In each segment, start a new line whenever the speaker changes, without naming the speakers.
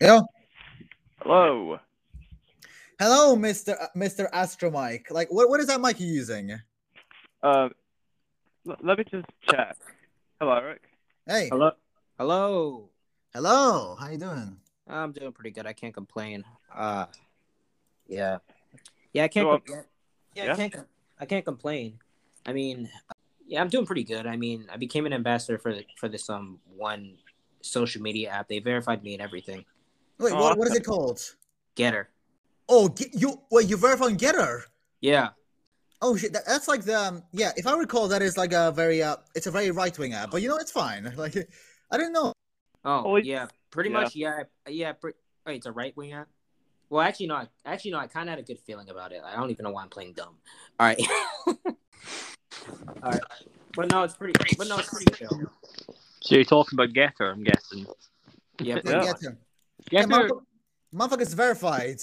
Yeah.
Hello.
Hello, Mister uh, Mister Astromike. Like, what what is that mic you're using?
Uh, l- let me just check. Hello, Eric.
Hey.
Hello. Hello.
Hello. How you doing?
I'm doing pretty good. I can't complain. Uh, yeah, yeah. I can't.
So, uh,
com- yeah,
yeah?
I can't. com- I can't complain. I mean, uh, yeah, I'm doing pretty good. I mean, I became an ambassador for for this um one social media app. They verified me and everything.
Wait,
Oh,
what, what is
awesome.
it called?
Getter.
Oh, get, you wait, you verifying Getter.
Yeah.
Oh shit, that, that's like the um, yeah. If I recall, that is like a very uh, it's a very right wing app. But you know, it's fine. Like, I didn't know.
Oh,
Oh, it-
yeah, pretty
yeah.
much. Yeah, yeah. Pre- wait, it's a right wing app. Well, actually, no. I- Actually, no. I kind of had a good feeling about it. I don't even know why I'm playing dumb. All right. All right. But no, it's pretty. But no, it's pretty good. though.
So you're talking about Getter, I'm guessing.
Yeah.
Like,
pretty
Yeah.
much.
Getter. Yeah,
Getter,
motherfuck- motherfucker's verified.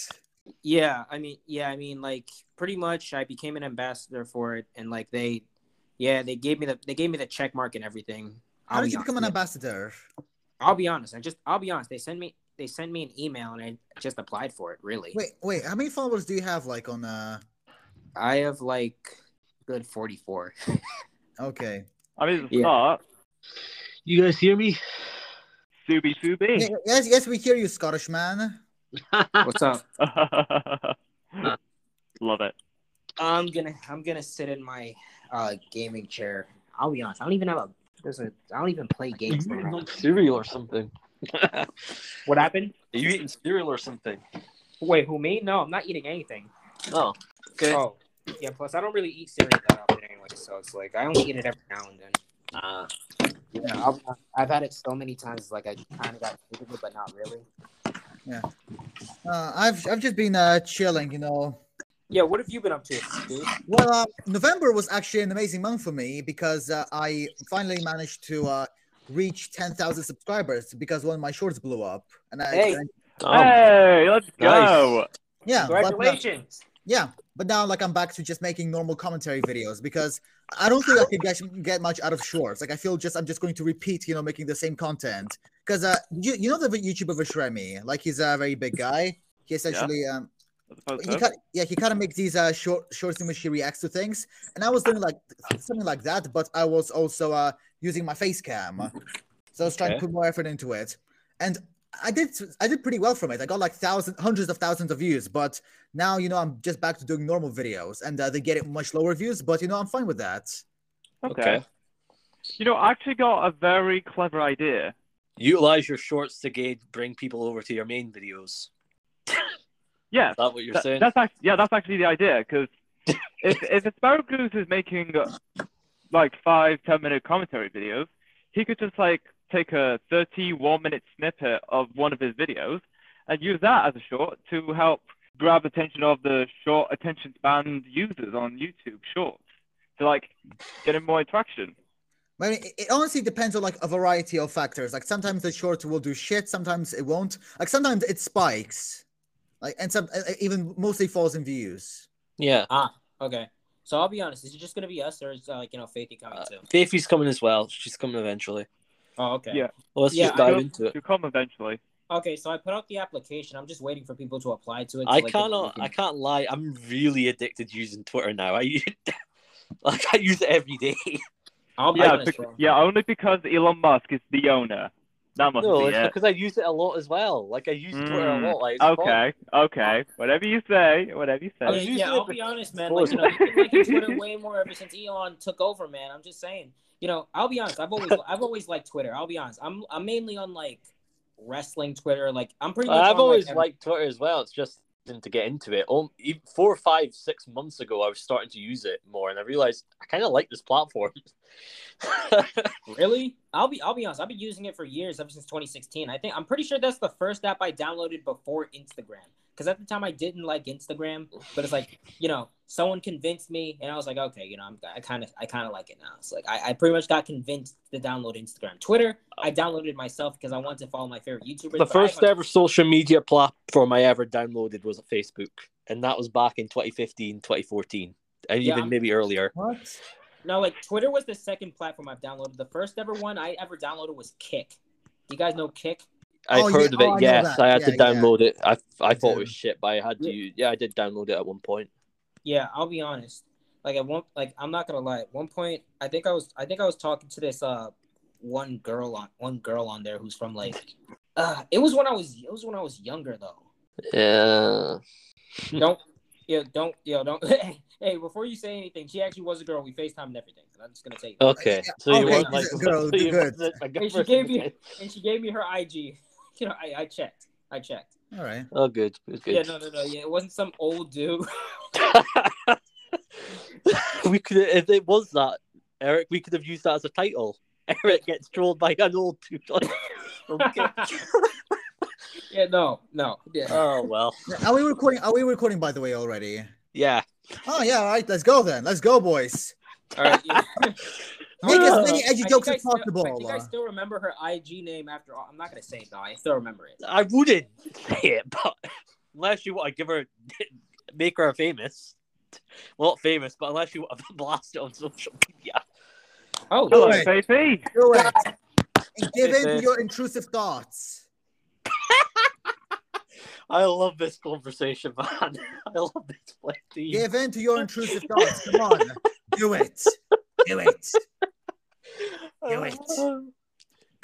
Yeah. I mean, yeah. I mean, like, pretty much. I became an ambassador for it, and like they, yeah, they gave me the they gave me the check mark and everything.
How
I'll
did
be
you become an
honest.
ambassador?
I'll be honest. I just. I'll be honest. They sent me. They sent me an email, and I just applied for it. Really.
Wait, wait. How many followers do you have? Like on uh?
I have like good forty four.
Okay.
I mean, it's a
Yeah.
start.
you guys hear me?
Subi
Yeah,
Subi.
yes, yes, we hear you, Scottish man.
What's up?
Love it.
I'm gonna I'm gonna sit in my uh gaming chair. I'll be honest, I don't even have a there's a I don't even play games. anymore.
cereal or something. Are
what happened?
you eating cereal or something?
Wait, who me? No, I'm not eating anything.
No. Okay.
Oh. Yeah, plus I don't really eat cereal that often anyway, so it's like I only eat it every now and then.
Uh,
Yeah, I've, I've had it so many times, like I kind of got sick of it, but not really.
Uh, I've I've just been uh chilling, you know.
Yeah, what have you been up to, dude?
Well, uh, November was actually an amazing month for me because uh, I finally managed to uh, reach 10,000 subscribers because one of my shorts blew up. And I,
Hey.
and-
Um,
hey, let's
Oh. nice.
go.
yeah, but, uh,
Congratulations!
yeah, but now like I'm back to just making normal commentary videos because I don't think I could get, get much out of shorts. Like I feel just I'm just going to repeat, you know, making the same content because uh, you you know the YouTuber Vishremi, like he's a very big guy. He essentially um,
I suppose
he
so.
kind yeah, he kind of makes these uh short shorts in which he reacts to things, and I was doing like something like that, but I was also uh using my face cam, so I was trying to
Okay.
put more effort into it, and I did I did pretty well from it. I got like thousands, hundreds of thousands of views, but now you know I'm just back to doing normal videos, and uh, they get it much lower views, but you know I'm fine with that.
Okay. You know, I actually got a very clever idea.
Utilize your shorts to gauge, bring people over to your main videos.
Yeah,
Is that what you're
That-
saying?
That's actually, yeah, that's actually the idea because if if Asparo Goose is making uh, like five ten minute commentary videos, he could just like take a thirty one minute snippet of one of his videos and use that as a short to help grab attention of the short attention span users on YouTube Shorts to like get him more interaction.
I mean, it- it honestly depends on like a variety of factors. Like sometimes the short will do shit, sometimes it won't. Like sometimes it spikes, like and some uh, uh, even mostly falls in views.
Yeah.
Ah, okay. So I'll be honest, is it just gonna be us, or is uh, like you know Faithy coming
Uh,
too?
Faithy's coming as well. She's coming eventually.
Oh, okay.
Yeah.
Well, let's
Yeah,
just
I
dive
don't-
into it.
To come eventually.
Okay, so I put out the application. I'm just waiting for people to apply to it. so
I
they can-
cannot. I can't lie. I'm really addicted to using Twitter now. I use, like I use it every day. Oh,
I'll be
Yeah,
honest,
bec-
bro.
yeah, only because Elon Musk is the owner. That must
No,
be
it's
it.
because I use it a lot as well. Like I use Twitter a
Mm,
lot. Like, it's fun.
Okay, okay. Whatever you say, whatever you
Yeah,
was
say.
using
yeah,
it
I'll
for-
be honest, man.
for-
Like, you know, I've been liking Twitter way more ever since Elon took over, man. I'm just saying. You know, I'll be honest. I've always, I've always liked Twitter. I'll be honest. I'm, I'm mainly on like wrestling Twitter. Like, I'm pretty. Much
I've
on,
always
like, every-
liked Twitter as well. It's just to get into it. Um, even four, five, six months ago, I was starting to use it more, and I realized I kind of like this platform.
Really? I'll be I'll be honest. I've been using it for years, ever since 2016. I think I'm pretty sure that's the first app I downloaded before Instagram. Because at the time I didn't like Instagram, but it's like you know someone convinced me, and I was like, okay, you know, I'm, I kind of I kind of like it now. It's like I, I pretty much got convinced to download Instagram. Twitter, I downloaded myself because I wanted to follow my favorite YouTubers.
the
but I
first
haven't-
ever social media platform I ever downloaded was Facebook, and that was back in 2015, 2014, and
Yeah,
even
I'm-
maybe earlier.
What?
No, like Twitter was the second platform I've downloaded. The first ever one I ever downloaded was Kick. Do you guys know Kick?
I
Oh,
would
yeah.
heard of
Oh, I
it.
know
yes,
that.
I had
Yeah,
to
yeah.
download it. I I thought it was
Dude.
shit, but I had to.
Yeah.
Use, yeah, I did download it at one point.
Yeah, I'll be honest. Like at one, like I'm not gonna lie. At one point, I think I was, I think I was talking to this uh one girl on one girl on there who's from like, uh, it was when I was, it was when I was younger though.
Yeah.
Don't, yeah, don't, yeah, don't. hey, before you say anything, she actually was a girl. We Facetimed and everything. and I'm just gonna say,
Okay. So you
Okay,
weren't like
girl,
so you
good.
wasn't a good
Hey, she
person.
gave you- and she gave me her IG. You know, I, I checked, I checked.
All right.
Oh, good. Good.
Yeah, no, no, no. Yeah, it wasn't some old dude.
we could if it was that Eric, we could have used that as a title. Eric gets trolled by an old dude. Okay.
yeah, no, no. Yeah.
oh well.
Are we recording? Are we recording? By the way, already.
Yeah.
Oh yeah. All right. Let's go then. Let's go, boys.
All right. yeah.
Make
Yeah.
as many edgy
I
jokes
think
as
I still- I
possible.
think I still remember her IG name after all. I'm not gonna say it though. I still remember it.
I wouldn't say it, but unless you want to give her make her famous. Well not famous, but unless you want to blast it on social media.
Oh,
Go
Hello,
ahead.
baby.
Do it. And give in
Okay.
to your intrusive thoughts.
I love this conversation, man. I love this plenty.
Give in to your intrusive thoughts. Come on. Do it. Do it. do it.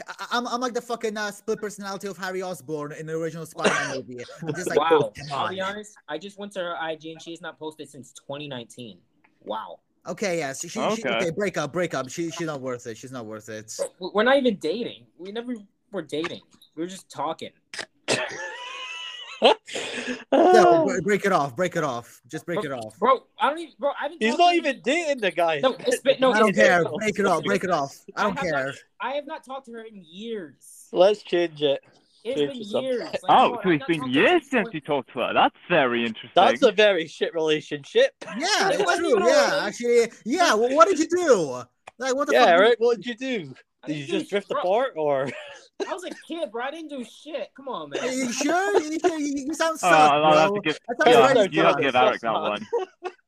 I- I'm, I'm like the fucking uh, split personality of Harry Osborn in the original Spider-Man movie. I'm just like, oh,
wow.
come
I'll be
on.
honest. I just went to her IG and she has not posted since 2019. Wow.
Okay, yes. She, she, She,
Okay.
okay, break up, break up. She, she's not worth it. She's not worth it.
We- We're not even dating. We never were dating. We were just talking.
No,
Oh.
br- break it off. Break it off. Just break it off.
Bro, I don't even. Bro, I haven't.
He's
talked
not
to you-
even dating the guy.
No, it's been- no,
I don't
it's-
care. Break it off. Break it off. I don't
I have not-
care.
I have not talked to her in years.
Let's change it.
It's
Change
been
the subject.
years. Like,
Oh, so
bro, I've
it's
not
been
talked to her
years
since
since you talked to her. That's very interesting.
That's a very shit relationship.
Yeah,
It
it's
wasn't
true.
already.
Yeah, actually, yeah. Well, what did you do? Like, what the
Yeah,
fuck?
Eric, what did you do?
I
Did
didn't
you
do
just
sh-
drift
bro,
apart or?
I was a kid, bro. I didn't do shit. Come on,
Are
man.
you sure? You, sure? you, you sound
Oh,
sus,
I'll have
bro.
to give,
That
Yeah,
sounds
I'll
yeah,
very
have
you have
sus.
to give
sus,
Eric that
man.
one.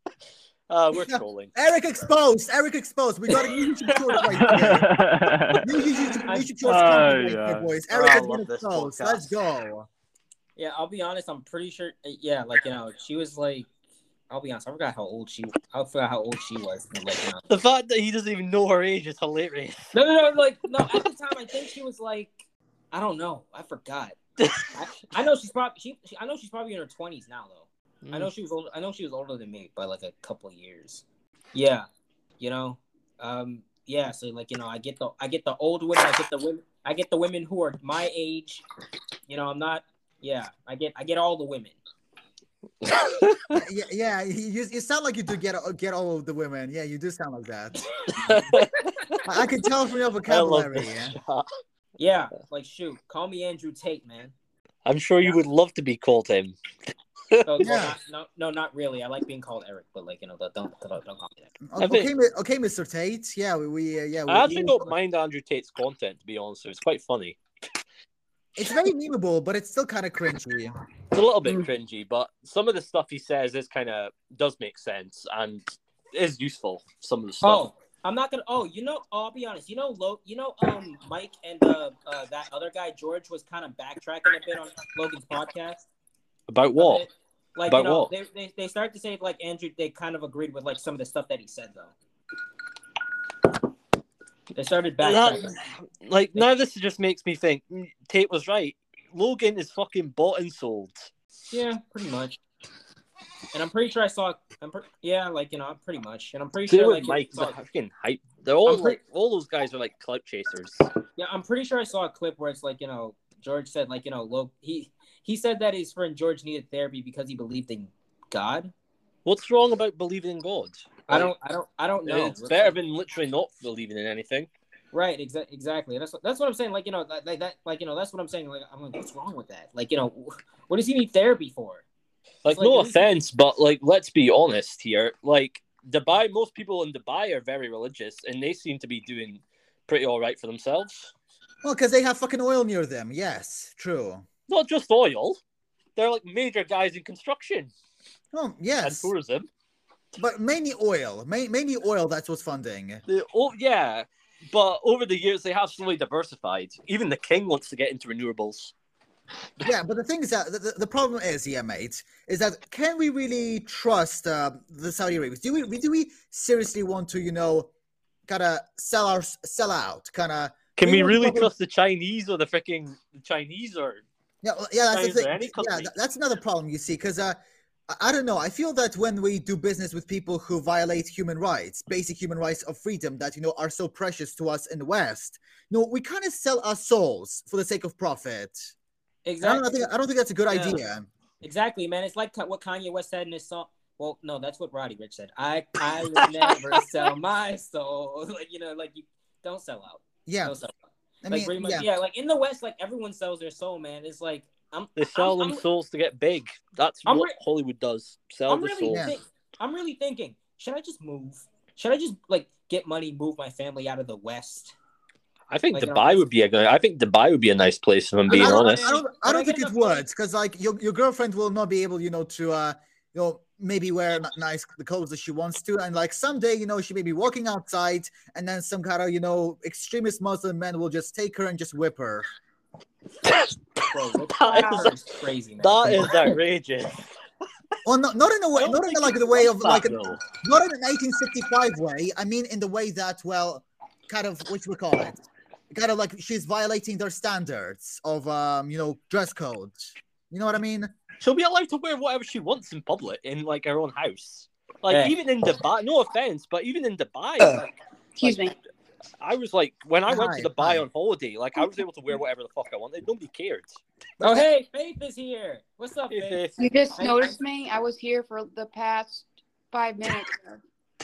Uh, we're trolling.
Eric exposed. Eric exposed. We got a new YouTube short right there. New YouTube,
I-
YouTube shorts coming right
Oh,
there,
yeah.
boys.
Oh,
Eric
I
has
love
been
this
exposed.
podcast.
Let's go.
Yeah, I'll be honest. I'm pretty sure. eh, Yeah, like you know, she was like, I'll be honest. I forgot how old she. I forgot how old she was. but, Like, you know.
The fact that he doesn't even know her age is hilarious.
No, no, no. Like, no. At the time, I think she was like, I don't know. I forgot. I, I know she's probably. She, she. I know she's probably in her twenties now, though. I know she was old. I know she was older than me by like a couple years. Yeah, you know. Um. Yeah. So like you know, I get the I get the old women. I get the women. I get the women who are my age. You know, I'm not. Yeah, I get I get all the women.
Yeah, yeah. You, you sound like you do get get all of the women. Yeah, you do sound like that. I, I can tell from your
I love
vocabulary.
this
yeah.
chat.
Yeah, like shoot, call me Andrew Tate, man.
I'm sure you would love to be called him.
No,
Yeah.
no, not, no, no, not really. I like being called Eric, but like you know, don't don't, don't call me that.
Okay,
think-
okay, mi- okay, Mr. Tate. Yeah, we, we uh, yeah. We,
I actually
we-
don't mind Andrew Tate's content, to be honest. with you. It's quite funny.
It's very memeable, but it's still kind of cringy.
It's a little bit
Mm.
cringy, but some of the stuff he says is kind of does make sense and is useful. Some of the stuff.
Oh, I'm not gonna. Oh, you know, oh, I'll be honest. You know, Lo, you know, um, Mike and uh, uh that other guy George was kind of backtracking a bit on Logan's podcast.
About what?
Like
About
you know,
what?
they, they they start to say like Andrew. They kind of agreed with like some of the stuff that he said though. They started backtracking.
That- like now this just makes me think mm, Tate was right. Logan is fucking bought and sold.
Yeah, pretty much. And I'm pretty sure I saw. I'm pre- yeah, like you know, pretty much. And I'm pretty
They
sure
were
like I
Mike
saw-
fucking hype. They're all
I'm pretty-
like all those guys are like clout chasers.
yeah, I'm pretty sure I saw a clip where it's like you know George said like you know Lo- he he said that his friend George needed therapy because he believed in God.
What's wrong about believing in God?
I don't I don't I don't know.
it's better than literally not believing in anything.
Right, exa- exactly. That's what, that's what I'm saying. Like you know, like, like that. Like you know, that's what I'm saying. Like I'm like, what's wrong with that? Like you know, wh- what does he need therapy for?
Like,
It's like
no
at least-
offense, but like let's be honest here. Like Dubai, most people in Dubai are very religious, and they seem to be doing pretty all right for themselves.
Well, because they have fucking oil near them. Yes, true.
Not just oil. They're like major guys in construction
Oh,
and
yes,
tourism.
but mainly oil. Ma- mainly oil. That's what's funding.
The, oh yeah, but over the years they have slowly diversified. Even the king wants to get into renewables.
yeah, but the thing is that the- the, the problem is, yeah, mate, is that can we really trust uh, the Saudi Arabs? Do we we- do we seriously want to, you know, kind of sell our sell out, kind of?
Can we
Anyone
really
probably-
trust the Chinese or the freaking Chinese or
Yeah, well, yeah, that's
Chinese
the
or
thing.
any
Yeah,
company.
th- that's another problem you see, because uh, I- I don't know. I feel that when we do business with people who violate human rights, basic human rights of freedom that you know are so precious to us in the West, you know, we kind of sell our souls for the sake of profit. And I
Exactly.
don't think I don't think that's a good
Yeah.
idea.
Exactly, man. It's like what Kanye West said in his song. Well, no, that's what Roddy Rich said. I I will never sell my soul. Like you know, like you don't sell out.
Yeah,
Don't sell out.
I
like
mean,
pretty much,
yeah.
yeah. Like in the West, like everyone sells their soul, man. It's like I'm.
they sell
I'm-
them
I'm-
souls to get big? That's
I'm
what
re-
Hollywood does. Sell
I'm
the
really,
soul.
Yeah.
think, I'm really thinking. Should I just move? Should I just like get money, move my family out of the West?
I think
Like, you know,
Dubai would be a good. I think Dubai would be a nice place. If I'm being
I don't,
honest.
I don't, I
But
don't
I
think
get
it
the point.
would, because like your, your girlfriend will not be able, you know, to uh, you know, maybe wear n- nice the clothes that she wants to, and like someday, you know, she may be walking outside, and then some kind of, you know, extremist Muslim man will just take her and just whip her.
Bro, what-
That is-
that is crazy, man.
That is outrageous.
Well, not not in a way,
Don't
not in
think
like the way of like,
That,
an-
though.
not in an 1865 way. I mean, in the way that, well, kind of what you would call it, kind of like she's violating their standards of, um, you know, dress code. You know what I mean?
She'll be allowed to wear whatever she wants in public, in like her own house. Like
Eh.
Hey.
even in Dubai. No offense, but even in Dubai, like,
Excuse me.
I was like when I went
Hi,
to
hi.
Dubai on holiday, like I was able to wear whatever the fuck I wanted. Nobody cared.
Oh hey, Faith is here. What's up,
If,
Faith?
if-
You just
I-
noticed me. I was here for the past five minutes.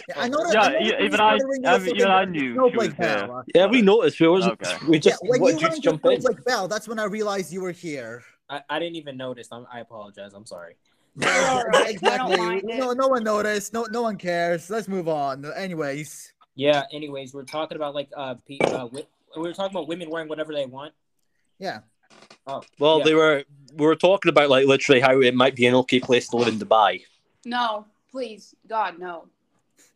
Yeah, I know. that-
Yeah,
I know that
e- even
he's
I-
coloring
I
a
mean,
fucking
even I knew she
snowflake
was there.
bell.
yeah, we noticed. We was
Okay.
we just
yeah, when
what,
you
just
rang
jump
the
in.
snowflake bell, that's when I realized you were here.
I, I didn't even notice. I'm, I apologize. I'm sorry.
all right. I don't
exactly.
mind it.
No, no one noticed. No, no one cares. Let's move on. Anyways,
Yeah. Anyways, we're talking about like uh, pe- uh wi- we were talking about women wearing whatever they want.
yeah,
Well,
Yeah.
they were we were talking about like literally how it might be an okay place to live in Dubai.
No, please, God, no.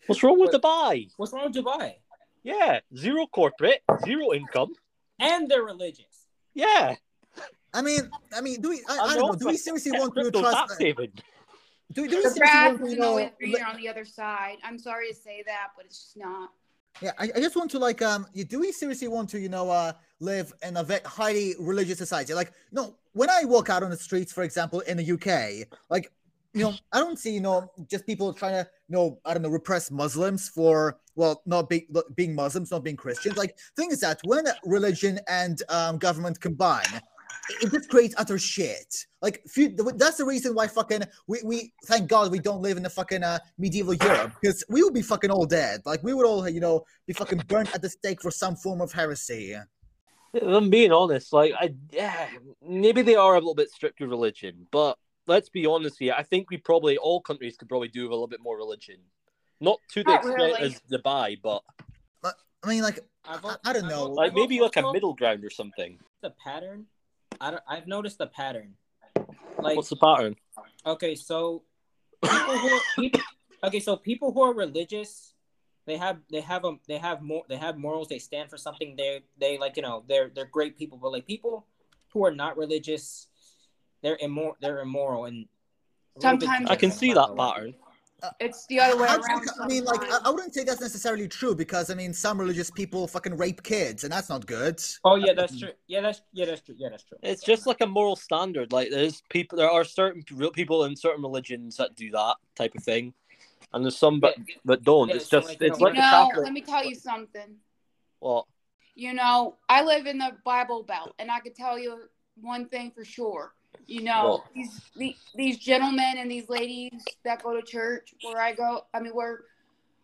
What's wrong with
But-
Dubai?
What's wrong with Dubai?
Yeah, zero corporate, zero income.
And they're religious.
Yeah,
I mean, I mean, do we? I,
I'm
I don't know.
not
Do we
like-
seriously
yeah
want to
crypto
trust?
tax saving.
Do, do we
The
seriously
grass
want to
is
you
always
know?
greener on the other side. I'm sorry to say that, but it's just not.
Yeah, I, I just want to like um. You, do we seriously want to you know uh live in a ve- highly religious society? Like, no. When I walk out on the streets, for example, in the UK, like, you know, I don't see you know just people trying to you know I don't know repress Muslims for well not be, not being Muslims, not being Christians. Like, thing is that when religion and um, government combine. it- It just creates utter shit. Like, few, that's the reason why fucking we, we thank God we don't live in the fucking uh, medieval Europe because we would be fucking all dead. Like, we would all, you know, be fucking burnt at the stake for some form of heresy.
If I'm being honest, like I yeah, maybe they are a little bit strict with religion, but let's be honest here. I think we probably all countries could probably do with a little bit more religion, not to the
Not
extent
really.
as Dubai, but
I mean, like,
I've, al-
I- I don't
I've
know.
al-
like
I've
maybe
al-
like a
I've
middle ground or something.
noticed The pattern. I don't, I've noticed the pattern. Like
What's the pattern?
okay, so people who are, people, okay, so people who are religious, they have they have um they have more they have morals. They stand for something. They they like you know they're they're great people. But like people who are not religious, they're immor they're immoral and a little bit
Sometimes-
I can
degenerate,
see
not
that
gonna lie.
pattern.
It's the other way
I,
around.
I mean, like, uh, I,
sometimes.
I wouldn't say that's necessarily true because I mean, some religious people fucking rape kids, and that's not good.
Oh yeah, that's true. Yeah, that's yeah, that's true. Yeah, that's true.
It's just like a moral standard. Like there's people, there are certain real people in certain religions that do that type of thing, and there's some but that don't.
Yeah,
it's
so
just
like, you
oh,
it's
know,
like
you
a
know,
Catholic.
let me tell you something.
Well,
You know, I live in the Bible Belt, and I could tell you one thing for sure. You know,
Well-
these these these gentlemen and these ladies that go to church, where I go, I mean, where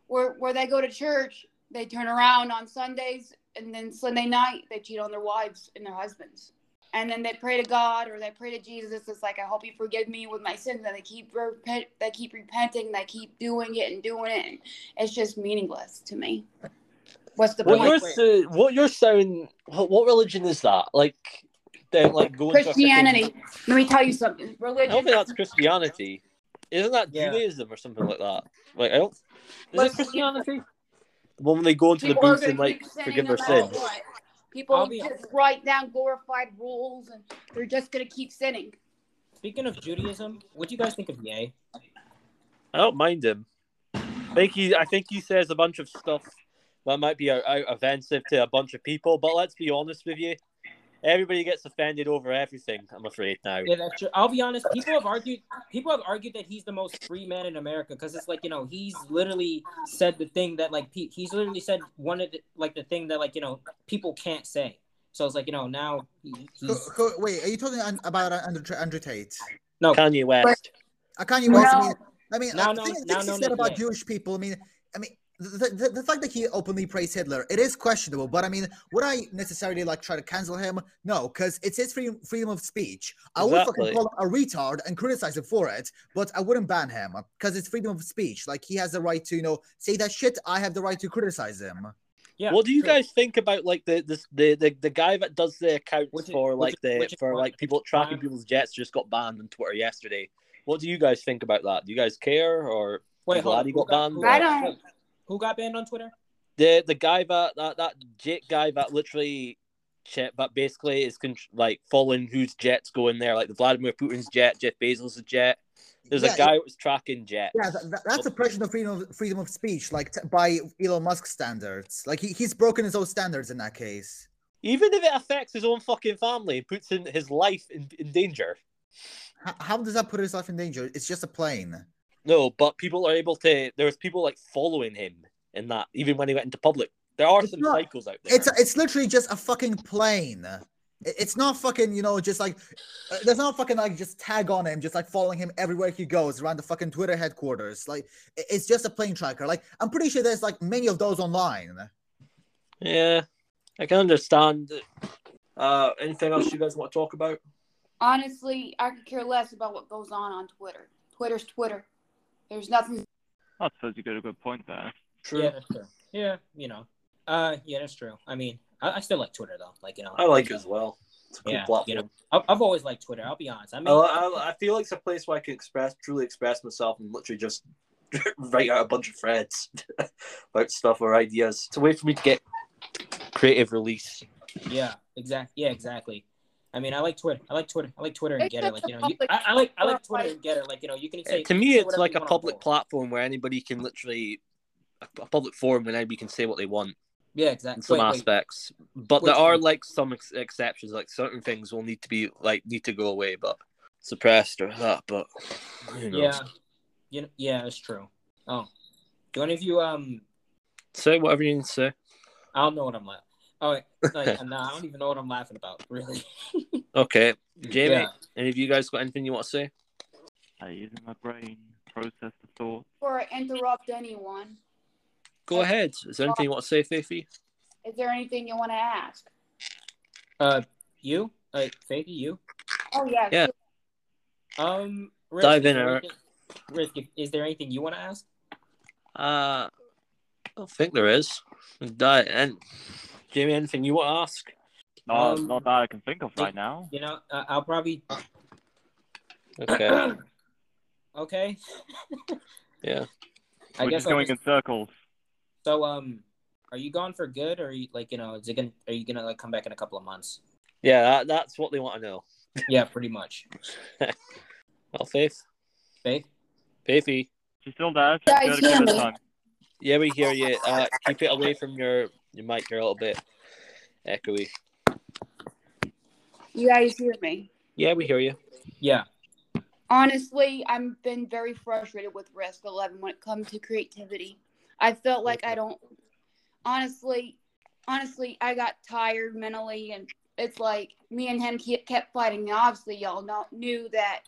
where where they go to church, they turn around on Sundays, and then Sunday night they cheat on their wives and their husbands, and then they pray to God or they pray to Jesus. It's like, I hope you forgive me with my sins, and they keep repent, they keep repenting, they keep doing it and doing it. And it's just meaningless to me. What's the
what
point?
you're sa- what you're saying, what, what religion is that? Like then like going to a freaking-
Christianity. Let me tell you something.
I don't
Religion.
think that's Christianity. Isn't that
Yeah.
Judaism or something like that? Like I don't. Is
Like,
it Christianity? When they go into the
people are
booth and
gonna
like
keep sinning
forgive
no
their
matter
sins.
what. People
I'll be-
just write down glorified rules, and they're just gonna keep sinning.
Speaking of Judaism, what do you guys think of Ye?
I don't mind him. I think he, I think he says a bunch of stuff that might be out, out offensive to a bunch of people. But let's be honest with you, everybody gets offended over everything. I'm afraid now.
Yeah, that's true. I'll be honest. People have argued. People have argued that he's the most free man in America because it's like you know he's literally said the thing that like pe- he's literally said one of the like the thing that like you know people can't say. So it's like you know now he,
Who,
he's
who, wait, are you talking an- about Andrew, Andrew Tate?
Kanye West.
I can't even. Uh, I
No.
mean, I mean, uh,
No,
I
no,
think
no,
things he
no,
said
no,
about
yeah.
Jewish people. I mean, I mean, the, the, the fact that he openly praised Hitler, it is questionable. But I mean, would I necessarily like try to cancel him? No, because it's his freedom, freedom of speech. I would fucking
Exactly.
call him a retard and criticize him for it, but I wouldn't ban him because it's freedom of speech. Like he has the right to, you know, say that shit. I have the right to criticize him.
yeah.
what do you
true.
guys think about like the this the, the the guy that does the accounts
Which is-
for
which
like
is-
the
which is
for
fine.
like people tracking
Fine.
people's jets just got banned on Twitter yesterday? What do you guys think about that? Do you guys care or
Wait,
I'm
hold
glad
on.
he
Who
got banned.
who
I don't-
Who got banned on Twitter?
the the guy that that, that jet guy that literally jet that basically is con- like following whose jets go in there, like the Vladimir Putin's jet, Jeff Bezos' jet. There's
Yeah,
a guy that was tracking jets.
Yeah, that, that, that's oppression of freedom of freedom of speech, like t- by Elon Musk standards. Like he, he's broken his own standards in that case.
Even if it affects his own fucking family, it puts in his life in, in danger.
H- how does that put his life in danger? It's just a plane.
No, but people are able to. There's people like following him in that, even when he went into public. There are
It's
some
not-
cycles out there.
It's it's literally just a fucking plane. It- It's not fucking, you know, just like uh, there's not fucking like just tag on him, just like following him everywhere he goes around the fucking Twitter headquarters. Like i- it's just a plane tracker. Like I'm pretty sure there's like many of those online.
yeah, I can understand. Uh, anything else you guys want to talk about?
Honestly, I could care less about what goes on on Twitter. Twitter's Twitter. There's nothing.
I suppose you got a good point there.
True.
Yeah, that's true. Yeah, you know. Uh, yeah, that's true. I mean, I, I still like Twitter though. Like you know,
I like it as well. It's a cool
Yeah, you
platform.
know, I, I've always liked Twitter. I'll be honest. I mean,
I, I, I feel like it's a place where I can express, truly express myself, and literally just write out a bunch of threads about stuff or ideas. It's a way for me to get creative release.
Yeah, exactly. Yeah, exactly. I I mean, I like Twitter. I like Twitter. I like Twitter and
It's
Getter. Like
just a
you know, you,
public-
I, I like I like Twitter and Getter. Like you know, you can say
Eh, to
say
me, it's
whatever
like
you
a
want on
public
both.
platform where anybody can literally a, a public forum where anybody can say what they want
Yeah,
in
exactly.
some
Wait, wait.
aspects. But there
Which-
are like some ex- exceptions, like certain things will need to be like need to go away, but suppressed or that. But who knows?
Yeah, you know, yeah, that's true. Oh, do any of you um?
say whatever you need to say.
I don't know what I'm laughing. Oh, wait, like, nah, I don't even know what I'm laughing about. Really?
Okay, Jamie,
Yeah.
any of you guys got anything you want to say?
I using my brain, process the thought.
Before I interrupt anyone,
Go ahead. Is there anything you want to say, Faithy?
is there anything you want to ask?
Uh, you like Fakie? You
Oh yeah.
Yeah.
sure.
um? Risk, is
Dive in,
there
Eric.
anything- Risk, if- is there anything you want to ask?
Uh, I don't think there is. Di- And Jamie, anything you want to ask?
No,
Um,
not that I can think of
yeah.
right now.
You know, uh, I'll probably.
Okay.
okay.
yeah.
I
We're
guess
just
I'll
going
just-
in circles.
So, um, are you gone for good, or you, like you know, is it gonna are you gonna like come back in a couple of months?
Yeah. That, that's what they want to know.
yeah, pretty much.
Well, Faith,
Faith.
Faithy.
She's still there. She's
Guys,
good
hear
at
me.
this time.
Yeah, we hear you. Uh, keep it away from your your mic. You're a little bit echoey.
You guys hear me?
Yeah, we hear you.
Yeah.
Honestly, I've been very frustrated with Risk Eleven when it comes to creativity. I felt like I don't. Honestly, honestly, I got tired mentally, and it's like me and him ke- kept fighting. And obviously, y'all know, knew that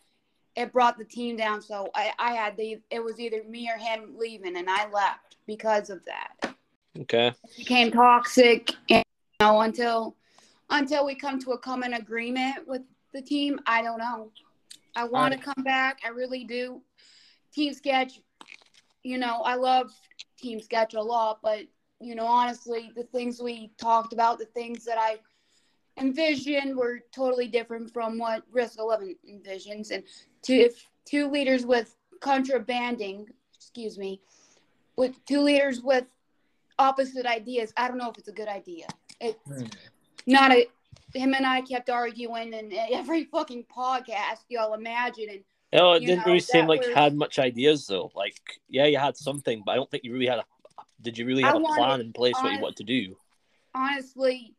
it brought the team down, so I, I had the. It was either me or him leaving, and I left because of that
Okay.
became toxic and you know, until until we come to a common agreement with the team i don't know i want to come back i really do team sketch you know i love team sketch a lot but you know honestly the things we talked about the things that i envisioned were totally different from what risk 11 envisions and two if two leaders with contrabanding excuse me with two leaders with opposite ideas i don't know if it's a good idea
Hmm.
not a him and I kept arguing in every fucking podcast y'all imagine and
Oh, it
You
didn't
know,
really seem
that
like you
was-
had much ideas though. Like, yeah, you had something, but I don't think you really had a. Did you really
I
have a
wanted-
plan in place what you
I-
wanted to do?
honestly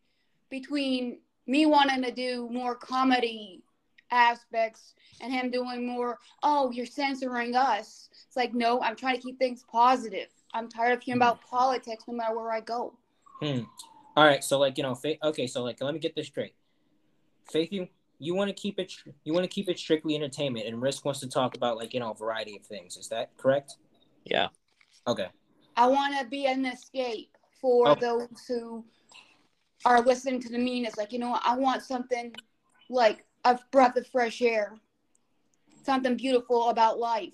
between me wanting to do more comedy aspects and him doing more oh you're censoring us it's like no i'm trying to keep things positive i'm tired of hearing about politics no matter where i go
Hmm. All right, so like you know, fa- okay, so like let me get this straight. Faith, you you want to keep it tr- you want to keep it strictly entertainment, and Risk wants to talk about like you know a variety of things. Is that correct?
Yeah.
Okay.
i want to be an escape for
Oh.
those who are listening to the meanest like you know what? i want something like a breath of fresh air something beautiful about life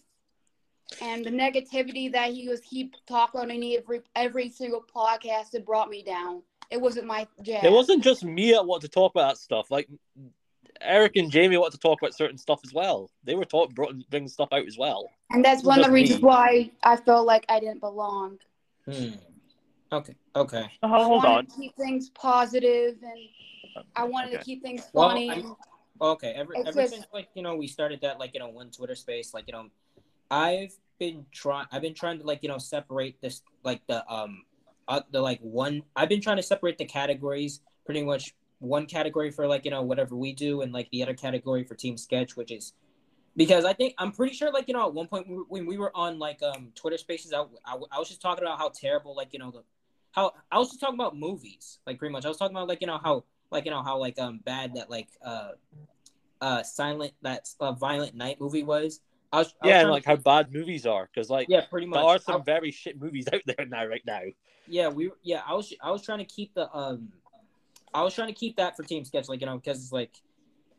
and the negativity that he was he talked on in every every single podcast that brought me down it wasn't my jam
It wasn't just me that wanted to talk about that stuff. Like Eric and Jamie wanted to talk about certain stuff as well. They were talk brought, bringing stuff out as well.
and that's one of the
Just me.
reasons why i felt like i didn't belong
Hmm. Okay. Okay.
Oh, hold
I
on.
wanted to keep things positive and i wanted to
Okay.
keep things
Well,
funny
I'm-
and
Okay. Every,
It's
ever
just-
since like you know we started that like you know one Twitter space like you know I've been trying I've been trying to like you know separate this like the um uh, the like one I've been trying to separate the categories pretty much one category for like you know whatever we do and like the other category for team sketch which is because I think I'm pretty sure like you know at one point when we- when we were on like um Twitter spaces I, I, I was just talking about how terrible like you know the how I was just talking about movies like pretty much I was talking about like you know how like you know how like um bad that like uh uh silent that uh, violent night movie was I was, I was
Yeah, and
trying
like
to-
how bad movies are because like
yeah pretty
there
much
are
I-
some very shit movies out there now right now.
yeah we yeah i was i was trying to keep the um i was trying to keep that for team sketch like you know because it's like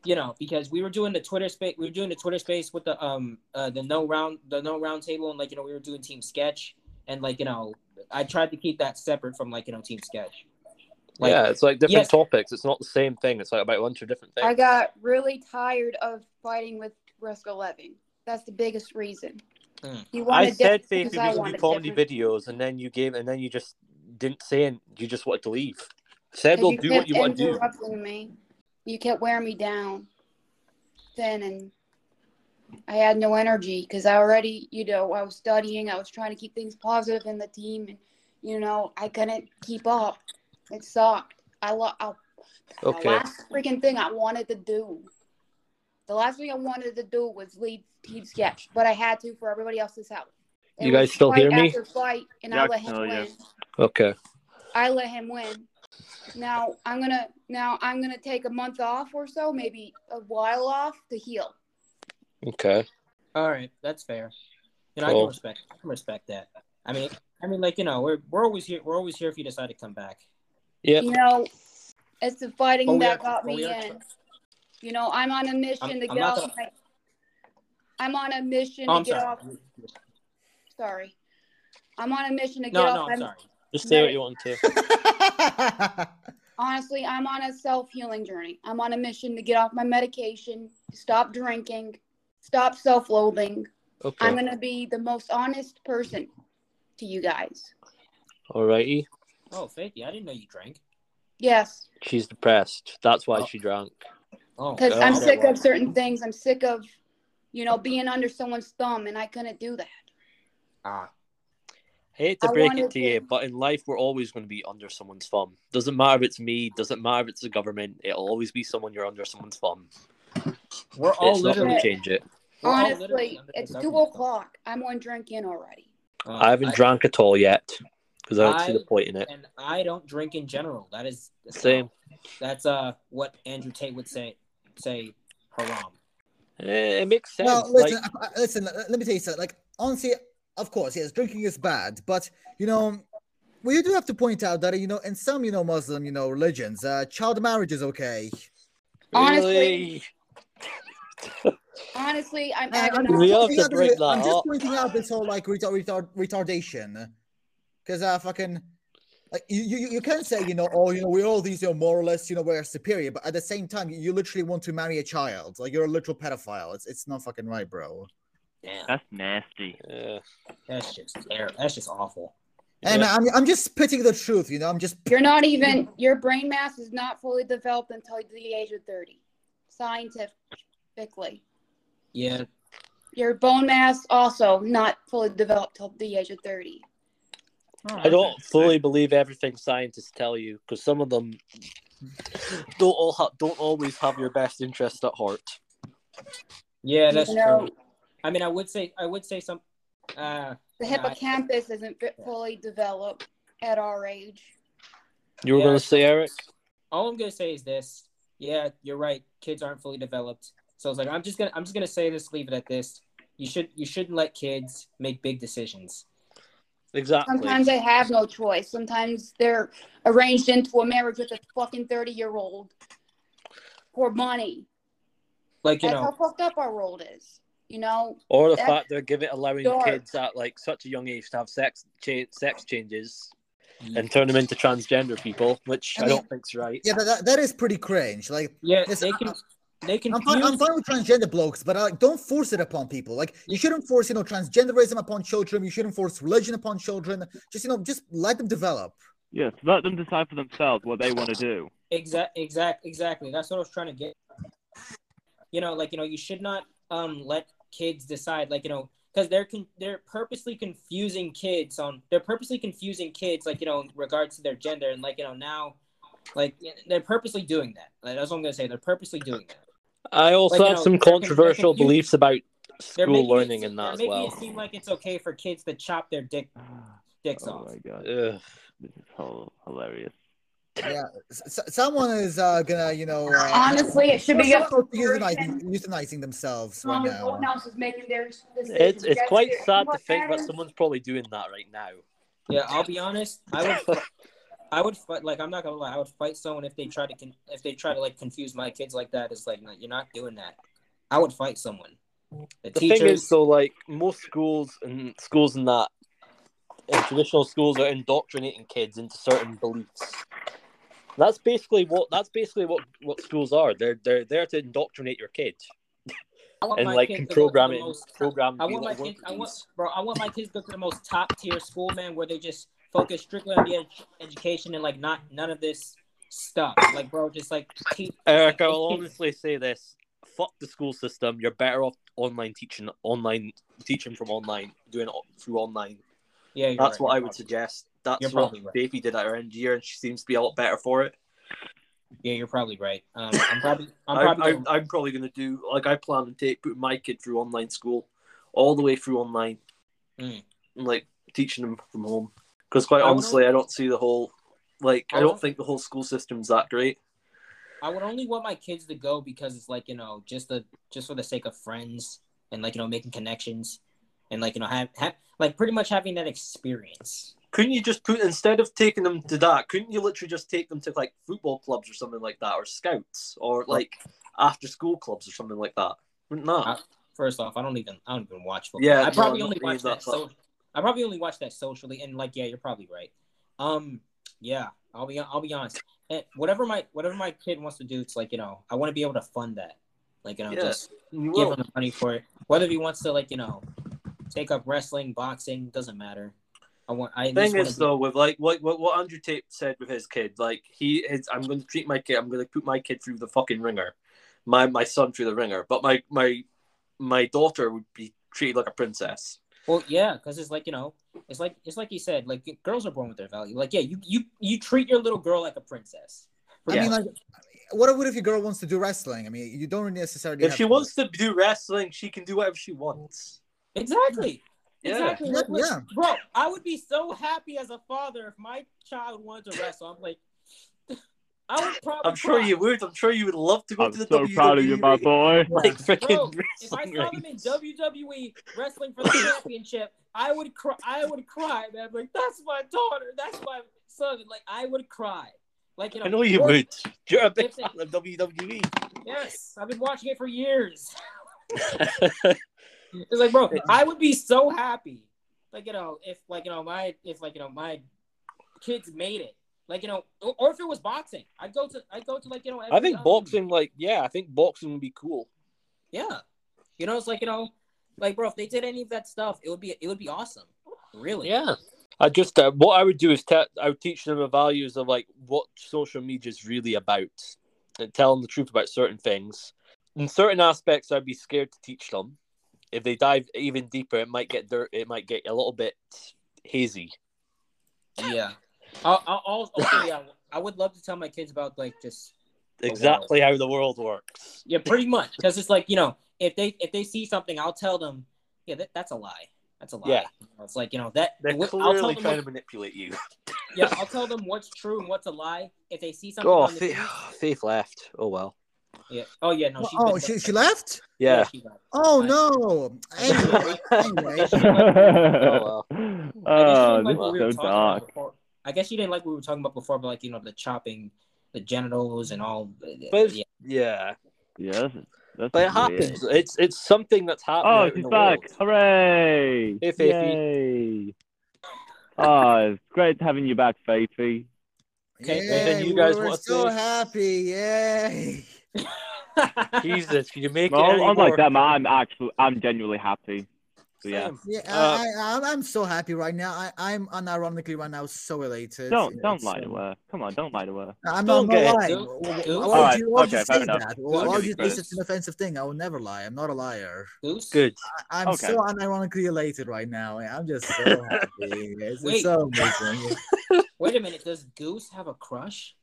you know because we were doing the twitter space we were doing the twitter space with the um uh, the no round the no round table and like you know we were doing team sketch and like you know i tried to keep that separate from like you know team sketch Like-
yeah, it's like
Yes.
different topics. It's not the same thing. It's like about a bunch of different things.
I got really tired of fighting with Briscoe Levin. That's the biggest reason.
Mm.
You
I
wanted
said
different
Faith,
because
you
I
was to do
wanted
comedy
different.
videos, and then you gave, and then you just didn't say, and you just wanted to leave. Said, "Well,
you
do what
kept
you want to do."
interrupting me. You kept wearing me down. Then and I had no energy because I already, you know, I was studying. I was trying to keep things positive in the team, and you know, I couldn't keep up. It sucked. I lost. The
Okay.
last freaking thing I wanted to do. The last thing I wanted to do was lead Team Sketch, but I had to for everybody else's help.
You guys
was
still
fight
hear me?
After fight, and
Yeah,
I let him
no,
win.
yeah.
Okay.
I let him win. Now I'm gonna now I'm gonna take a month off or so, maybe a while off to heal.
Okay.
all right that's fair you know i
Cool.
can respect i can respect that i mean i mean like you know we're, we're always here we're always here if you decide to come back
Yep.
You know, it's the fighting
But Oh, we
that
are-
got
but
me
we are-
in. You know, I'm on a mission
I'm-
to
I'm
get
not
off.
gonna-
my, I'm on a mission
oh, i'm
to get
sorry
off. Sorry, I'm on a mission to get
no
off.
no
my-
i'm sorry
Just say what you want to.
honestly, I'm on a self healing journey. I'm on a mission to get off my medication, stop drinking, stop self loathing. I'm
Okay.
going to be the most honest person to you guys.
Alrighty.
oh faithy i didn't know you drank
Yes,
She's depressed. That's why
Oh.
she drank.
oh
because
Oh,
I'm
okay.
sick of certain things. I'm sick of, you know, being under someone's thumb, and I couldn't do that.
ah
Hate to
I
break
wanted
it to you,
to-
but in life we're always going to be under someone's thumb. Doesn't matter if it's me. Doesn't matter if it's the government. It'll always be someone you're under someone's thumb.
we're all
it's not
literally
going to change it.
We're all literally
Honestly,
under the
it's two
government thumb.
o'clock. I'm one drink in already.
Uh,
I haven't drank at all yet because I don't see the
I-
point in it.
and I don't drink in general. That is that's
Same.
That's uh what Andrew Tate would say say haram.
Eh, it makes sense.
No, listen,
like,
I- I- listen. uh, Let me tell you something. Like, honestly, of course, yes, drinking is bad, but you know, we do have to point out that you know, in some you know Muslim you know religions, uh, child marriage is okay.
honestly-
really?
Honestly, I'm
I- I'm,
agonizing.
just
We have
pointing
to
out the-
break that
I'm just
up.
pointing out this whole like retard, retard, retardation, because uh, fucking, like you, you, you can say you know, oh, you know, we're all these you know moralists, you know, we're superior, but at the same time, you, you literally want to marry a child, like you're a literal pedophile. It's it's not fucking right, bro.
Damn,
That's nasty.
Yeah.
that's just terrible. That's just awful.
And I'm, I'm just spitting the truth, you know. I'm just
You're not even your brain mass is not fully developed until the age of 30, scientifically.
Yeah,
Your bone mass also not fully developed till the age of 30.
I don't fully believe everything scientists tell you because some of them don't all ha- don't always have your best interest at heart.
yeah, that's
You know,
true. I mean, I would say I would say some. Uh, Nah, I-
The hippocampus isn't fit- fully developed at our age.
You were
Yeah.
going to say, Eric?
all I'm gonna say is this. Yeah, you're right. Kids aren't fully developed. So it's like I'm just gonna I'm just gonna say this. Leave it at this. You should you shouldn't let kids make big decisions.
Exactly.
Sometimes they have no choice. Sometimes they're arranged into a marriage with a fucking 30 year old for money.
Like you
That's how
know,
fucked up our world is. You know,
or the
That's
fact they're giving allowing
dark.
kids at like such a young age to have sex cha- sex changes and turn them into transgender people, which
I
I,
mean-
don't think's right.
yeah, but that, that is pretty cringe. Like
yeah,
Yes,
they can they can
I'm fine, I'm fine with transgender blokes, but uh, like don't force it upon people. Like you shouldn't force, you know, transgenderism upon children. You shouldn't force religion upon children. Just you know, just let them develop.
Yes, let them decide for themselves what they want to do.
Exact, exact, exactly. That's what I was trying to get. You know, like you know, you should not um let kids decide, like you know, because they're con- they're purposely confusing kids on they're purposely confusing kids, like you know, in regards to their gender and like you know now, like they're purposely doing that. Like, that's what I'm gonna say. They're purposely doing that.
I also
Like, you
had
know,
some
they're con- they're
controversial
confused.
beliefs about
They're
school
making it
learning
seem-
and that as
they're making
well.
it seem like it's okay for kids to chop their dick dicks
Oh
off.
my god,
Ugh.
this is hol- hilarious.
S- s- someone is uh, gonna, you know, uh,
honestly, it should be up
someone
to
is euthanizing, euthanizing themselves right now.
someone else is making their decisions.
It's it's
That's
quite
it.
sad to
What
think that
matters?
someone's probably doing that right now.
Yeah, I'll be honest. I would, I would fight. Like, I'm not gonna lie. I would fight someone if they try to con- if they try to like confuse my kids like that. It's like, no, you're not doing that. I would fight someone. The,
The
teachers.
thing is, though, like most schools and schools and that, and traditional schools are indoctrinating kids into certain beliefs. That's basically what that's basically what what schools are. They're they're there to indoctrinate your kid
I want
and
my
like
kids
can
to go to
program
the
it,
most-
program.
I
you
want my
like
kids. I want,
things.
bro. I want my kids to go to the most top tier school, man, where they just focus strictly on the ed- education and like not none of this stuff. Like, bro, just like teach.
Eric,
like,
I will
teach-
honestly say this: fuck the school system. You're better off online teaching, online teaching from online, doing it through online.
Yeah, you're
That's
right,
what
you're
I would
probably-
suggest. That's
You're
what
probably right.
Baby did at her end year, and she seems to be a lot better for it.
Yeah, you're probably right. Um, I'm probably. I'm
I'm,
probably.
I'm,
gonna-
I'm probably going to do like I plan to take put my kid through online school, all the way through online,
Mm.
and, like teaching them from home. Because quite
I would
honestly, I don't see the whole like I
I
don't
would-
think the whole school system's that great.
I would only want my kids to go because it's like you know just the just for the sake of friends and like you know making connections and like you know have, have like pretty much having that experience.
Couldn't you just put instead of taking them to that? Couldn't you literally just take them to like football clubs or something like that, or scouts, or like after school clubs or something like that? Wouldn't that?
I- First off, I don't even I don't even watch football.
Yeah,
I probably
no,
only
me
watch that.
neither.
So, I probably only watch that socially and like yeah, you're probably right. Um, yeah, I'll be I'll be honest. And whatever my whatever my kid wants to do, it's like you know I want to be able to fund that. Like you know
Yeah.
just give
You will.
him the money for it. Whether he wants to like you know take up wrestling, boxing, doesn't matter. I want. I at least
thing
wanna
is
be-
though with like what, what what Andrew Tate said with his kid, like he is I'm gonna treat my kid I'm gonna put my kid through the fucking ringer. My my son through the ringer. But my my my daughter would be treated like a princess.
Well, yeah, because it's like you know, it's like it's like you said, like girls are born with their value. Like, yeah, you you you treat your little girl like a princess.
I
Yeah.
mean, like, what would if your girl wants to do wrestling? I mean, you don't necessarily.
if
have
she
to-
wants to do wrestling, she can do whatever she wants.
Exactly.
Yeah.
Exactly.
Yeah,
Like, look,
yeah.
Bro, I would be so happy as a father if my child wanted to wrestle. I'm like, I would probably.
I'm sure
cry.
you would. I'm sure you would love to go
I'm
to the E
so
WWE.
proud of you, my boy.
Like
Bro,
freaking
if I
wrestling
saw them in
rings.
WWE wrestling for the championship, I would cry. I would cry, man. Like that's my daughter. That's my son. Like I would cry. Like you know.
I know you
or-
would. You're a big
If they-
fan of E. WWE.
Yes, I've been watching it for years. It's like, bro, I would be so happy. Like, you know, if like you know, my if like you know, my kids made it. Like, you know, or, or if it was boxing. I'd go to I'd go to like, you know,
I
every,
think
um,
boxing, like, yeah, I think boxing would be cool.
Yeah. You know, it's like, you know, like bro, if they did any of that stuff, it would be it would be awesome. Really.
Yeah. I just uh, what I would do is te- I would teach them the values of like what social media is really about, and tell them the truth about certain things. In certain aspects, I'd be scared to teach them. If they dive even deeper, it might get dirt. It might get a little bit hazy.
Yeah. I'll, I'll, I'll, also, yeah, I would love to tell my kids about like just
uh, Exactly how the world works.
yeah, pretty much because it's like you know if they if they see something, I'll tell them yeah that, that's a lie. That's a lie.
Yeah.
You know, It's like you know that
They're
wh- I'll tell
clearly
them
trying
what-
to manipulate you.
yeah I'll tell them what's true and what's a lie. If they see something,
Oh,
on the
Faith,
news-
Faith left. Oh well.
yeah. Oh yeah, no. She's
oh,
been-
she, she left?
Yeah.
she left.
Oh
I-
no. Anyway, anyway.
E well.
I guess she
oh, this is so dark.
didn't like what we were talking about before. I guess she didn't
E
like what we were talking about before, but like you know the chopping, the genitals and all. uh,
But
yeah.
yeah,
Yeah, that's, that's
but
weird.
it happens. It's it's something that's happening.
Oh,
out in
she's
the
back!
world.
Hooray!
Hey, Faithy.
Yay! Ah, it's great having you back, Faithy.
Okay,
Yeah,
anything you
we
guys
were
wanna
so
say?
happy. Yay.
Jesus, can you make
No,
it? any
I'm like
more?
that, man. I'm actually, I'm genuinely happy. So, yeah.
Same.
Yeah,
Uh,
I, I, I'm, I'm so happy right now. I, I'm unironically right now so elated.
Don't, don't
It's,
lie to
um,
her. Come on, don't lie to her.
I'm
Don't
not
get it.
lying.
Dude,
Why
dude.
why
Alright,
would you, why would
okay,
you
fair
say
enough.
that? Why
I'll
why
give
would
you
you think
credit.
it's an offensive thing? I will never lie. I'm not a liar.
Goose.
Good.
I, I'm
Okay.
so unironically elated right now. I'm just so happy. It's, it's
Wait.
so amazing.
Wait a minute. Does Goose have a crush?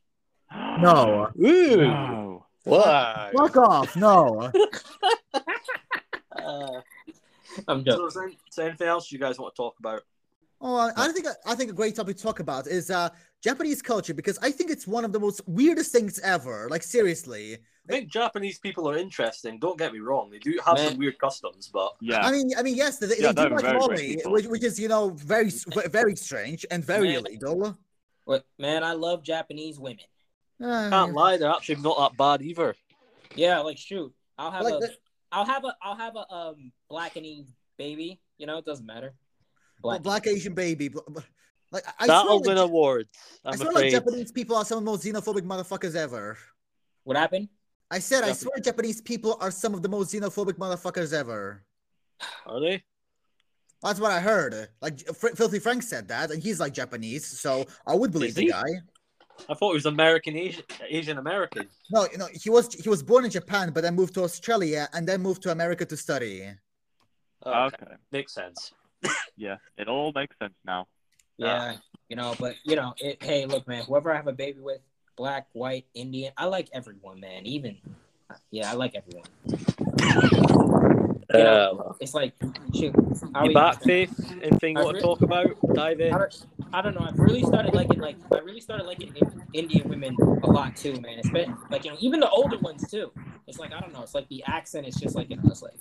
No,
Ooh.
No.
Wow.
fuck off. No.
Uh,
I'm
so
joking.
is there, is there anything else you guys want to talk about?
Oh, I- I think I think a great topic to talk about is uh, Japanese culture because I think it's one of the most weirdest things ever. Like seriously,
I think Japanese people are interesting. Don't get me wrong; they do have
Man.
some weird customs, but
Yeah.
I mean, I mean, yes, they, they
Yeah,
do
they're
like
very great
Molly,
people.
which, which is you know very s- ve- very strange and very
Yeah.
illegal.
But man, I love Japanese women.
Uh,
can't lie; they're actually not that bad either.
Yeah, like shoot, I'll have
Like
a,
the-
will have a, I'll have a um blackening baby. You know, it doesn't matter.
black,
Black.
Asian baby, bl- bl- like I- I swear,
That'll
like,
win awards.
I
I'm
swear like
afraid.
Japanese people are some of the most xenophobic motherfuckers ever.
What happened?
I said, I
Japan-
swear, Japanese people are some of the most xenophobic motherfuckers ever.
Are they?
That's what I heard. Like Fr- Filthy Frank said that, and he's like Japanese, so I would believe
Is
the
he?
guy.
I thought it was American Asian Asian American.
No, you know, he was he was born in Japan, but then moved to Australia and then moved to America to study.
Oh, okay.
Okay.
Makes sense.
Yeah. It all makes sense now.
Yeah, you know, but you know, it, hey, look, man, whoever I have a baby with, black, white, Indian, I like everyone, man. Even, yeah, I like everyone. You know,
Uh,
It's like, shoot, I'll
you
even-
back faith? Anything you
I've
want
re-
to talk about? Dive in.
I don't, I don't know. I've really started liking like I really started liking In- Indian women a lot too, man. It's been like you know even the older ones too. It's like I don't know. It's like the accent is just like you know. It's like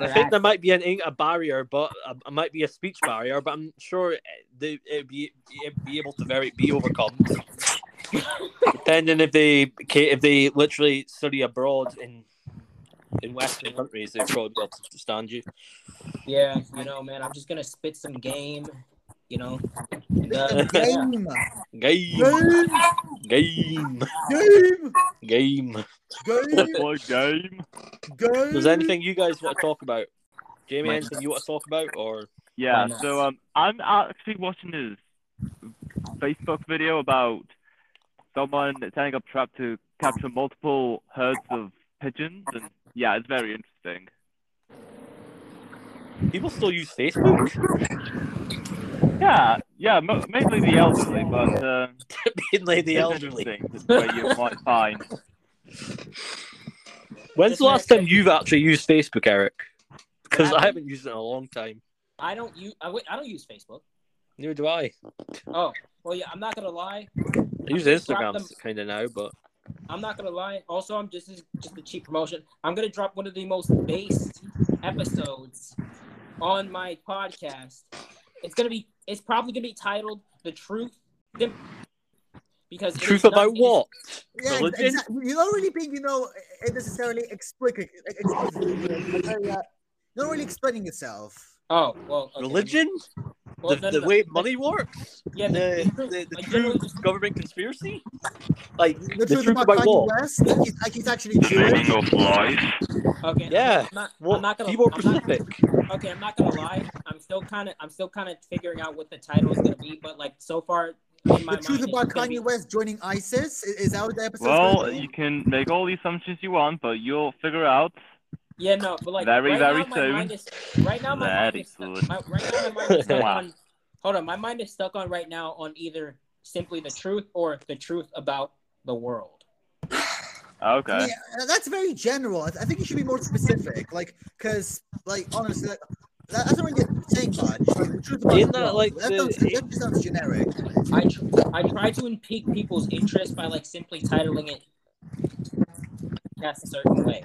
I think there might be an ing- a barrier, but uh, it might be a speech barrier, but I'm sure it- they it'd be it'd be able to very be overcome. Depending if they ca- if they literally study abroad in in Western countries, they'd probably be able to understand you.
yeah, you know, man. I'm just gonna spit some game, you know. And, uh, yeah.
Game, game,
Game, game,
game,
game.
game,
What game?
game.
There's anything you guys want to talk about? Jamie,
My-
anything you want to talk about, or
Yeah.
Why not?
So um, I'm actually watching this Facebook video about someone setting up a trap to capture multiple herds of pigeons, and yeah, it's very interesting.
people still use Facebook?
Yeah, yeah, mo- mainly the elderly, but uh,
Mainly the
it's
elderly.
interesting just where you might find.
When's the last time you've actually used Facebook, Eric? Because I haven't used it in a long time.
I don't use I, wait, I don't use Facebook.
Neither do I.
Oh well, yeah. I'm not gonna lie.
I use Instagram kind of now, but
I'm not gonna lie. Also, I'm just this is just a cheap promotion. I'm gonna drop one of the most base episodes on my podcast. It's gonna be. It's probably gonna be titled "The Truth," Dim- because it
truth
is not-
about
it is-
what?
Yeah,
Religion?
exactly. You don't really think you know it necessarily explicit. eh, Explicitly, uh, not really explaining itself.
oh well, okay.
Religion?
Well,
the
no, no,
the
no.
way money works?
Yeah,
The,
the,
the,
truth,
the,
like,
true
literally just-
government conspiracy? Like,
The, truth, about, Kanye
what?
West, he's, like he's actually Jewish.
of life.
okay.
Yeah.
I'm not, I'm
What?
not gonna.
Be more
I'm not,
specific.
okay, I'm not gonna lie. I'm still kind of I'm still kind of figuring out what the title is gonna be, but like so far in my
The truth
mind,
about
it's gonna
Kanye
be-
West joining ISIS I- is that what the episode?
Well, you can make all the assumptions you want, but you'll figure out.
Yeah, no, but like
Very,
right
very
now, my mind is, right now my mind
Very
is stuck-
good.
My, right now my mind is stuck
Wow.
on. Hold on, my mind is stuck on right now on either simply the truth or the truth about the world.
I
Okay.
mean, uh, that's very general. I I think you should be more specific. Like, because, like, honestly, like, that, that's not really saying much. Like, the truth about
Isn't
the
that
world,
like
that,
the-
sounds, that just sounds generic.
I tr- I try to pique people's interest by like simply titling it cast a certain way.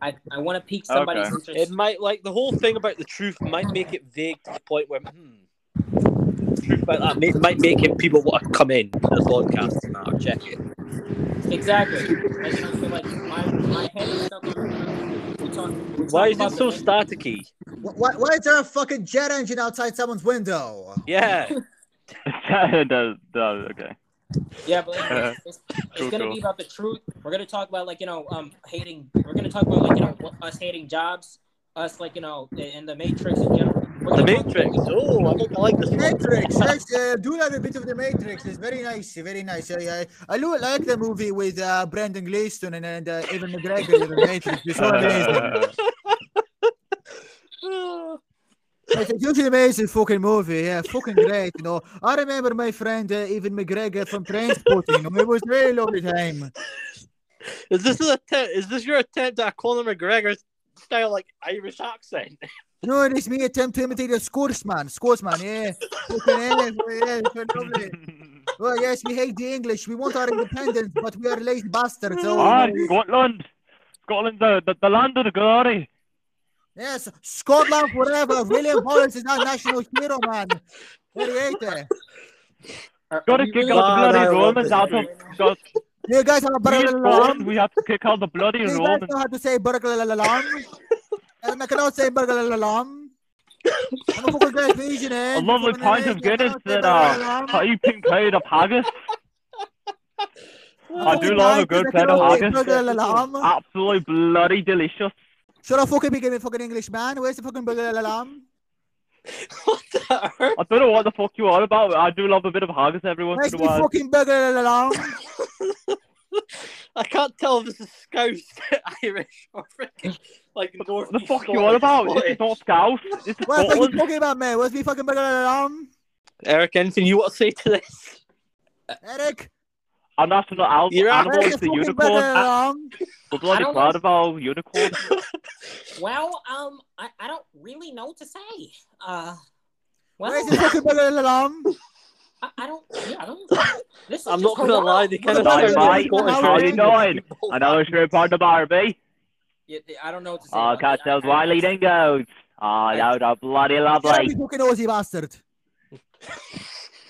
I, I want to pique somebody's
Okay.
It
interest.
might like the whole thing about the truth might make it vague to the point where hmm, truth about that may, might make it people want to come in to the podcast and that or check it.
Exactly. And so, so, like my, my head is stuck on. We talk, we talk
Why is it
about
so
the-
staticky?
Wh- Why, why is there a fucking jet engine outside someone's window?
Yeah,
Does- does- okay.
Yeah, but
Uh,
like, it's, it's
cool,
gonna
cool.
be about the truth. We're gonna talk about like you know, um, hating. We're gonna talk about like you know, wh- us hating jobs, us like you know, and the Matrix in general. We're
the
gonna talk-
Matrix. Oh, I, think I like this one.
Matrix, yes, uh, do have a bit of the Matrix. It's very nice, very nice. I, I, I lo- like the movie with uh, Brandon Gleeson and, and uh, Evan McGregor in the Matrix. It's all amazing.
Uh,
Ah.
It's a hugely amazing fucking movie. Yeah, fucking great. You know, I remember my friend uh, Evan McGregor from Transporting. You know, it was really lovely time.
Is this an attempt? Is this your attempt at Conor McGregor's style, like Irish accent?
No, it is me attempt to imitate a Scotsman. Scotsman, yeah. Fucking yeah, yeah, so lovely. Well, yes, we hate the English. We want our independence, but we are lazy bastards. Oh, So,
Ah, Scotland. Scotland's the, the, the land of the glory.
yes, Scotland forever. William Wallace is our national hero, man. Creator.
Are, uh, are
Gotta
we
kick
really-
God,
all the
I
bloody
love
Romans
this
out of Scotland.
You guys are
We, in Scotland,
bargalam.
we have to kick all the bloody
You guys
Romans.
know how to say bargalam. and I cannot say bargalam. I'm a fucking great visionary.
A lovely pint of uh, Guinness and a tiny pink cloud of haggis. I do love a good pint of Uh, haggis.
haggis.
Absolutely bloody delicious.
Should I fucking be giving fucking English, man? Where's the fucking bargalam?
what the earth?
I don't know what the fuck you are about, but I do love a bit of haggis every once
Where's
in
the
a while.
fucking bargalam?
I can't tell if this is Scouse, Irish, or freaking like North.
What the fuck you on about? This is not Scouse. This is
What the fuck you
Scotland.
talking about, man? Where's the fucking bargalam?
Eric, anything you want to say to this?
Eric,
Our national al-
You're
animal
where's
is
the
the
fucking uh,
unicorn. Ah,
bargalam?
We're
I
bloody
don't
proud of our unicorn.
Well, um, I, I don't really know what to say. Uh, well,
Where's the fucking bargalam?
I, I don't. Yeah, I don't. This is
I'm
just
not gonna
horrible.
lie, they kind of
Why-
sound
why-
like Scottish
how are you
Irish
knowing?
people.
I know it's your part of Barbie.
Yeah, yeah, I don't know what to say.
Oh,
about
catch
that.
those
I- I-
wily dingoes. Oh, those are bloody
Shut up,
lovely.
you fucking Aussie bastard.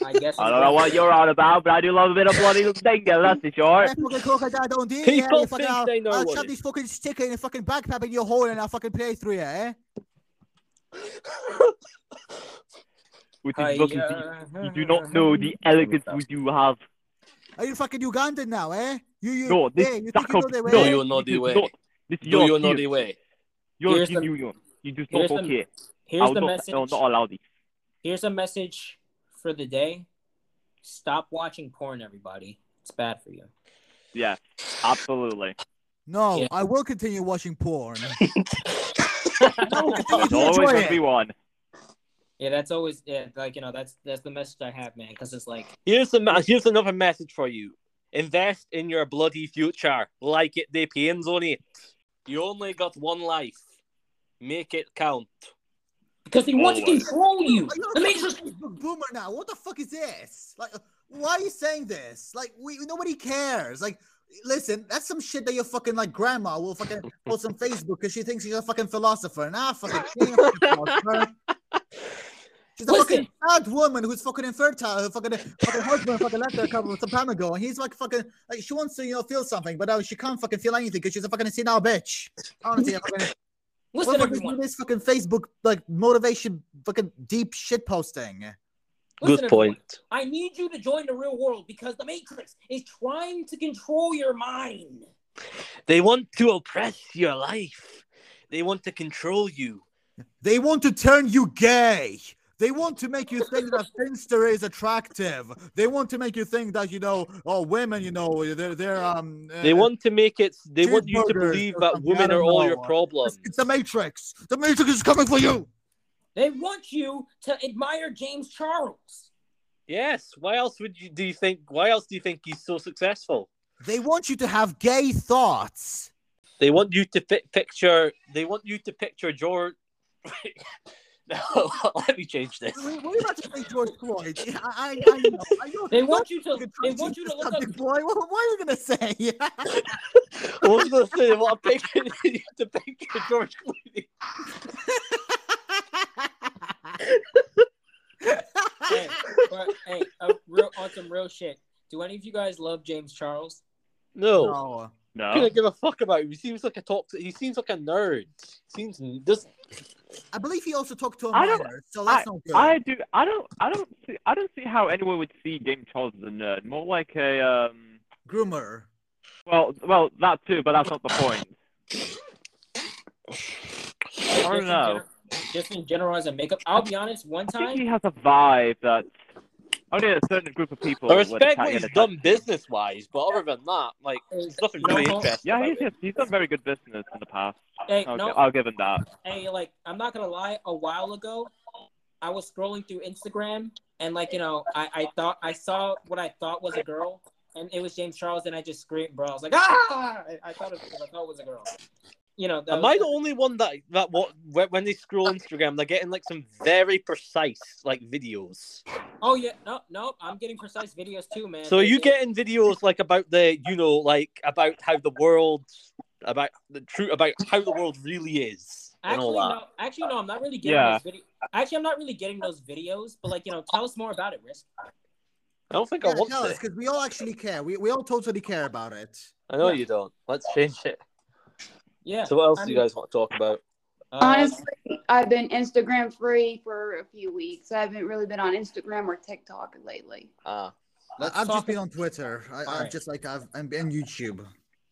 I guess.
I don't know what you're on about, but I do love a bit of bloody dingo, that's for sure.
That fucking crocodile don't do yeah,
People
you fucking,
think
I'll,
they know
I'll
what
shove
it-
this fucking sticker in a fucking backpack in your hole and I'll fucking play through it, eh?
Which
I,
is looking
uh,
you do not know the elegance which you have.
Are you fucking Ugandan now, eh? You, you,
No, this
yeah, you think
stack
you
up.
know the way?
No, you- know the
this is
way.
Not, this is
Do
your
you know
team.
the way?
You're
Here's
team
the-
union. You just
here's
not
the-
okay. I
Here's
will
the
not, I will
message.
not allow this.
Here's a message for the day. Stop watching porn, everybody. It's bad for you.
Yeah, absolutely.
No,
Yeah.
I will continue watching porn. I will continue
There's
to
always
enjoy
going to be
it.
one.
Yeah, that's always yeah, like you know, that's that's the message I have, man. Because it's like
Here's the ma- here's another message for you. Invest in your bloody future, like it depends on it. You only got one life. Make it count.
because he wants to
Always.
control you.
Are you
The
a
Matrix.
fucking Facebook boomer now? What the fuck is this? Like, why are you saying this? Like, we nobody cares. Like, listen, that's some shit that your fucking like grandma will fucking post on Facebook because she thinks she's a fucking philosopher. Nah, fucking, she ain't a fucking philosopher. She's a fucking sad woman who's fucking infertile. Her fucking, fucking husband fucking left her a couple some time ago, and he's like fucking like she wants to you know feel something, but uh, she can't fucking feel anything because she's a fucking senile bitch. Honestly, I fucking,
Listen,
what the fuck is with
everyone.
this fucking Facebook like motivation fucking deep shit posting?
Listen, everyone. I need you to join the real world because the Matrix is trying to control your mind.
They want to oppress your life. They want to control you.
They want to turn you gay. They want to make you think that Finster is attractive. They want to make you think that you know, oh, women, you know, they're they're um.
They
uh,
want to make it. They want you to
Cheeseburgers
believe
or
that
something,
women
I
are
don't
all
know.
your problems.
It's, it's the Matrix. The Matrix is coming for you.
They want you to admire James Charles.
Yes. Why else would you do you think? Why else do you think he's so successful?
They want you to have gay thoughts.
They want you to pi- picture. They want you to picture George. no, let me change this.
We- We're about to say George Floyd. I, I, I know. I know.
They want you to.
Don't fucking
They
try
want you to
change the
look up.
subject, boy. What, what are you gonna say?
I was going to say they want to picture, you to picture George Clooney.
Hey, but, hey uh, real, on some real shit. Do any of you guys love James Charles?
No,
No.
I couldn't
No.
give a fuck about him. He seems like a toxic. He seems like a nerd. Seems does
I believe he also talked to a
I don't-
minor, so that's not good.
I do. I don't. I don't see. I don't see how anyone would see James Charles as a nerd. More like a um.
Groomer.
Well, well, that too, but that's not the point. I
Just
don't
in
know.
gener- Just in general as a makeup. I'll be honest. One
I think
time,
he has a vibe that only a certain group of people.
I
would
respect
attack
what
him
he's
attack.
done business wise, but other than that, like
is-
there's nothing
no
really
homo-
interesting.
Yeah,
about
he's
it.
just, he's done very good business in the past.
Hey,
I'll,
no.
gi- I'll give him that.
hey, like I'm not gonna lie, a while ago, I was scrolling through Instagram and like you know, I, I thought I saw what I thought was a girl, and it was James Charles, and I just screamed, bro. I was like, ah! I, I thought it, I thought it was a girl. You know, that
Am
was-
I the only one that that what when when they scroll Instagram, they're getting like some very precise like videos.
oh yeah, no, no, I'm getting precise videos too, man.
So are
They-
you
they-
getting videos like about the you know like about how the world about the truth about how the world really is and
Actually,
all that.
no, actually, no, I'm not really getting
Yeah.
those videos. Actually, I'm not really getting those videos, but like you know, tell us more about it, Risk.
I don't think
Yeah,
I want
tell us,
to.
because we all actually care. We, we all totally care about it.
I know you don't. Let's change it.
Yeah.
So what else
I
do you
mean-
guys want to talk about?
Uh,
Honestly, I've been Instagram free for a few weeks. I haven't really been on Instagram or TikTok lately.
Ah,
let's
I, have
talk-
just been on Twitter. I, I've
Alright.
just like I've I'm and YouTube.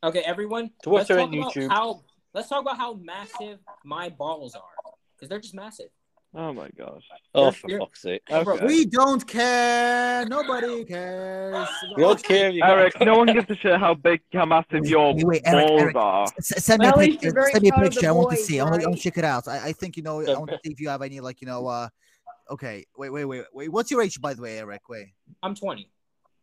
Okay, everyone. let's
Twitter
talk
and
about
YouTube.
How let's talk about how massive my balls are because they're just massive.
Oh my gosh.
oh
Yes,
for
yeah.
fuck's sake!
Okay.
We don't care. Nobody cares.
We don't care. You
Eric, no one gives a shit how big, how massive your
Wait, wait, Eric,
balls
Eric.
are.
S- send me
Well,
a
he's
picture.
very
Send me a
proud of the
picture. I want to
boys,
see. I want, I
right?
want to check it out. I, I think you know. I want to see if you have any like you know. uh Okay. Wait. Wait. Wait. Wait. What's your age, by the way, Eric? Wait.
I'm 20.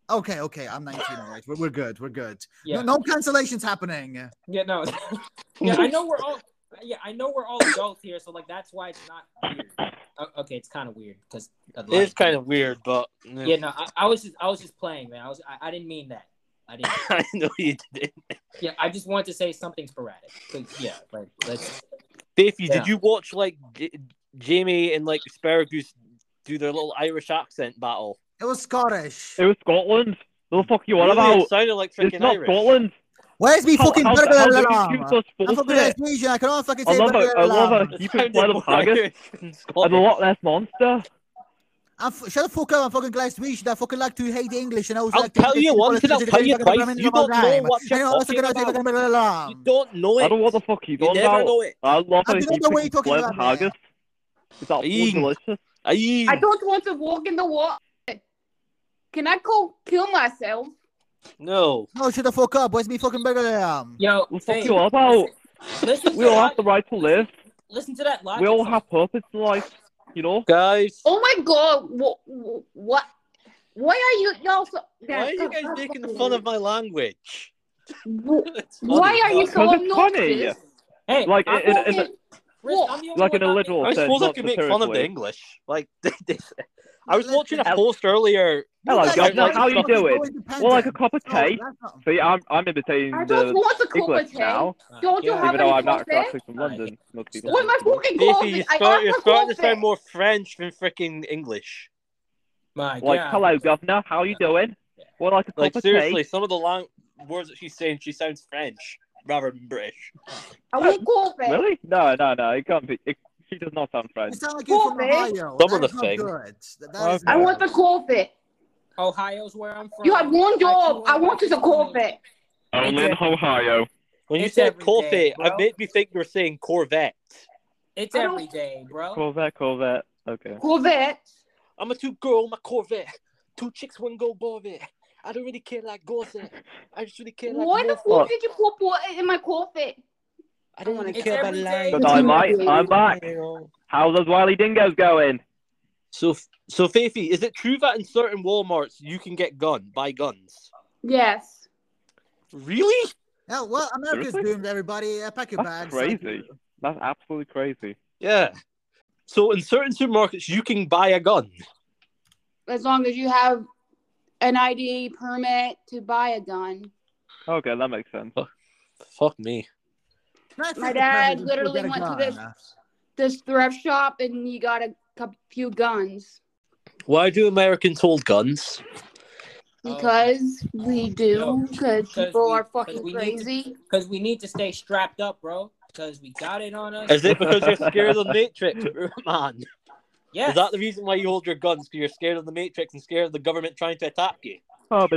Okay. Okay. I'm 19. All right. We're, we're good. We're good.
Yeah.
No, no cancellations happening.
Yeah. No. yeah, I know we're all. Yeah, I know we're all adults here, so like that's why it's not weird. O- okay, it's kind of weird because
It is kind of weird, but
Yeah. No, I, I was just I was just playing, man. I was I, I didn't mean that. I didn't.
I know you did.
Yeah, I just wanted to say something sporadic. So, yeah, like let's.
Beefy,
Yeah.
did you watch like J- Jamie and like Asparagus do their little Irish accent battle?
It was Scottish.
It was Scotland. What the fuck you on
Really,
about?
It sounded like
It's
freaking
not
Irish.
Scotland.
Where's me
How,
fucking
how,
blah, blah,
how
blah,
did
blah,
you
blah.
choose
I'm
us
from the
force
West Region. I can only fucking
I
say
love
blah,
it.
blah,
I
blah,
love
blah.
it.
It
You can
sounded
play the
more
target.
Irish than
And
Scottish.
a lot less monster.
I'm f- shut the fuck up. I'm fucking Glaswegian. I fucking like to hate English, and I was
I'll
like,
tell you once and I'll tell you twice. You don't know what
I
you're
know also
talking
gonna say
about.
fucking blah, blah, blah.
You don't know it.
I don't know what the fuck he's
you
on
never
about.
know it.
I love
I
it.
don't know what
You
you're talking
play the
about,
haggis. It's that
Eat.
delicious.
Aye.
I don't want to walk in the water. Can I go kill myself?
No.
No, shut the fuck up. Where's me fucking blah, blah, blah.
Yo,
What the fuck
hey,
you on about?
Listen,
We all
listen,
have the right to live.
listen to that logic.
We all
song.
have purpose in life. You know?
Guys,
Oh my god! What? What? Why are you y'all so?
why are you guys making fun of my language?
Wh-
It's funny.
Why are you so
Because it's funny.
obnoxious?
Hey,
Like,
I'm
it-
the
it-
only-
Fucking-
Riz, I'm the only
Like in
one
a
not
literal
I
sense,
suppose I
not
could make fun of the
satirically.
English. Like, I was watching a post earlier.
Hello,
guys
governor.
are
How
fucking
you
doing?
always
Well, like a
dependent.
cup of
No,
tea.
Oh, that's not-
See, I'm I'm imitating
I don't
the
want to call
English
it hey.
now,
Uh,
Don't you
yeah.
have
even
any
though I'm not
coffee?
actually from London. Most people.
What am I
Beefy,
fucking
you
coffee? I
start, you're
have
starting to sound
coffee.
more French than freaking English.
My
Like,
God.
hello, governor. How you doing? Well, like a cup
Like,
of
seriously,
tea.
some of the long words that she's saying, she sounds French rather than British.
I want coffee.
Really? No, no, no. It can't be. It, she does not sound
You
French.
sound like you're from
Coffee.
Ohio.
Double
That's
the
not
thing.
good. That- that is
Okay.
I
not
want the
good.
coffee.
Ohio's where I'm from.
You have one job. I want you to
it.
coffee.
Only in
Ohio.
When you
It's
said
every day,
Corvette,
bro.
it made me think you were saying Corvette.
It's
I don't-
every day, bro.
Corvette, Corvette. Okay.
Corvette.
I'm a two girl, my Corvette. Two chicks, one go Corvette. I don't really care like Gorset. I just really care like
Why the fuck
What?
did you put what in my Corvette?
I don't want to
It's
care about
every
life.
day.
But I'm back. I'm back. How those Wiley Dingoes going?
So, so Faithy, is it true that in certain WalMarts you can get gun buy guns?
Yes.
Really?
Yeah, Oh, well, America's
Seriously?
doomed, everybody. Uh, pack your bags.
That's crazy. That's absolutely crazy.
Yeah. So in certain supermarkets you can buy a gun.
As long as you have an ID permit to buy a gun.
Okay, that makes sense.
Fuck me.
That's
My
the
dad
president who
literally
got a
went to
gun.
this this thrift shop and he got a cou- few guns
Why do Americans hold guns?
Oh.
because we
No,
do because people
we-
are
'cause we
fucking
need to-
crazy.
Because we need to stay strapped up, bro. Because we got it on us.
Is it because you're scared of the Matrix, man?
yes.
Is that the reason why you hold your guns? Because you're scared of the Matrix and scared of the government trying to attack you?
well,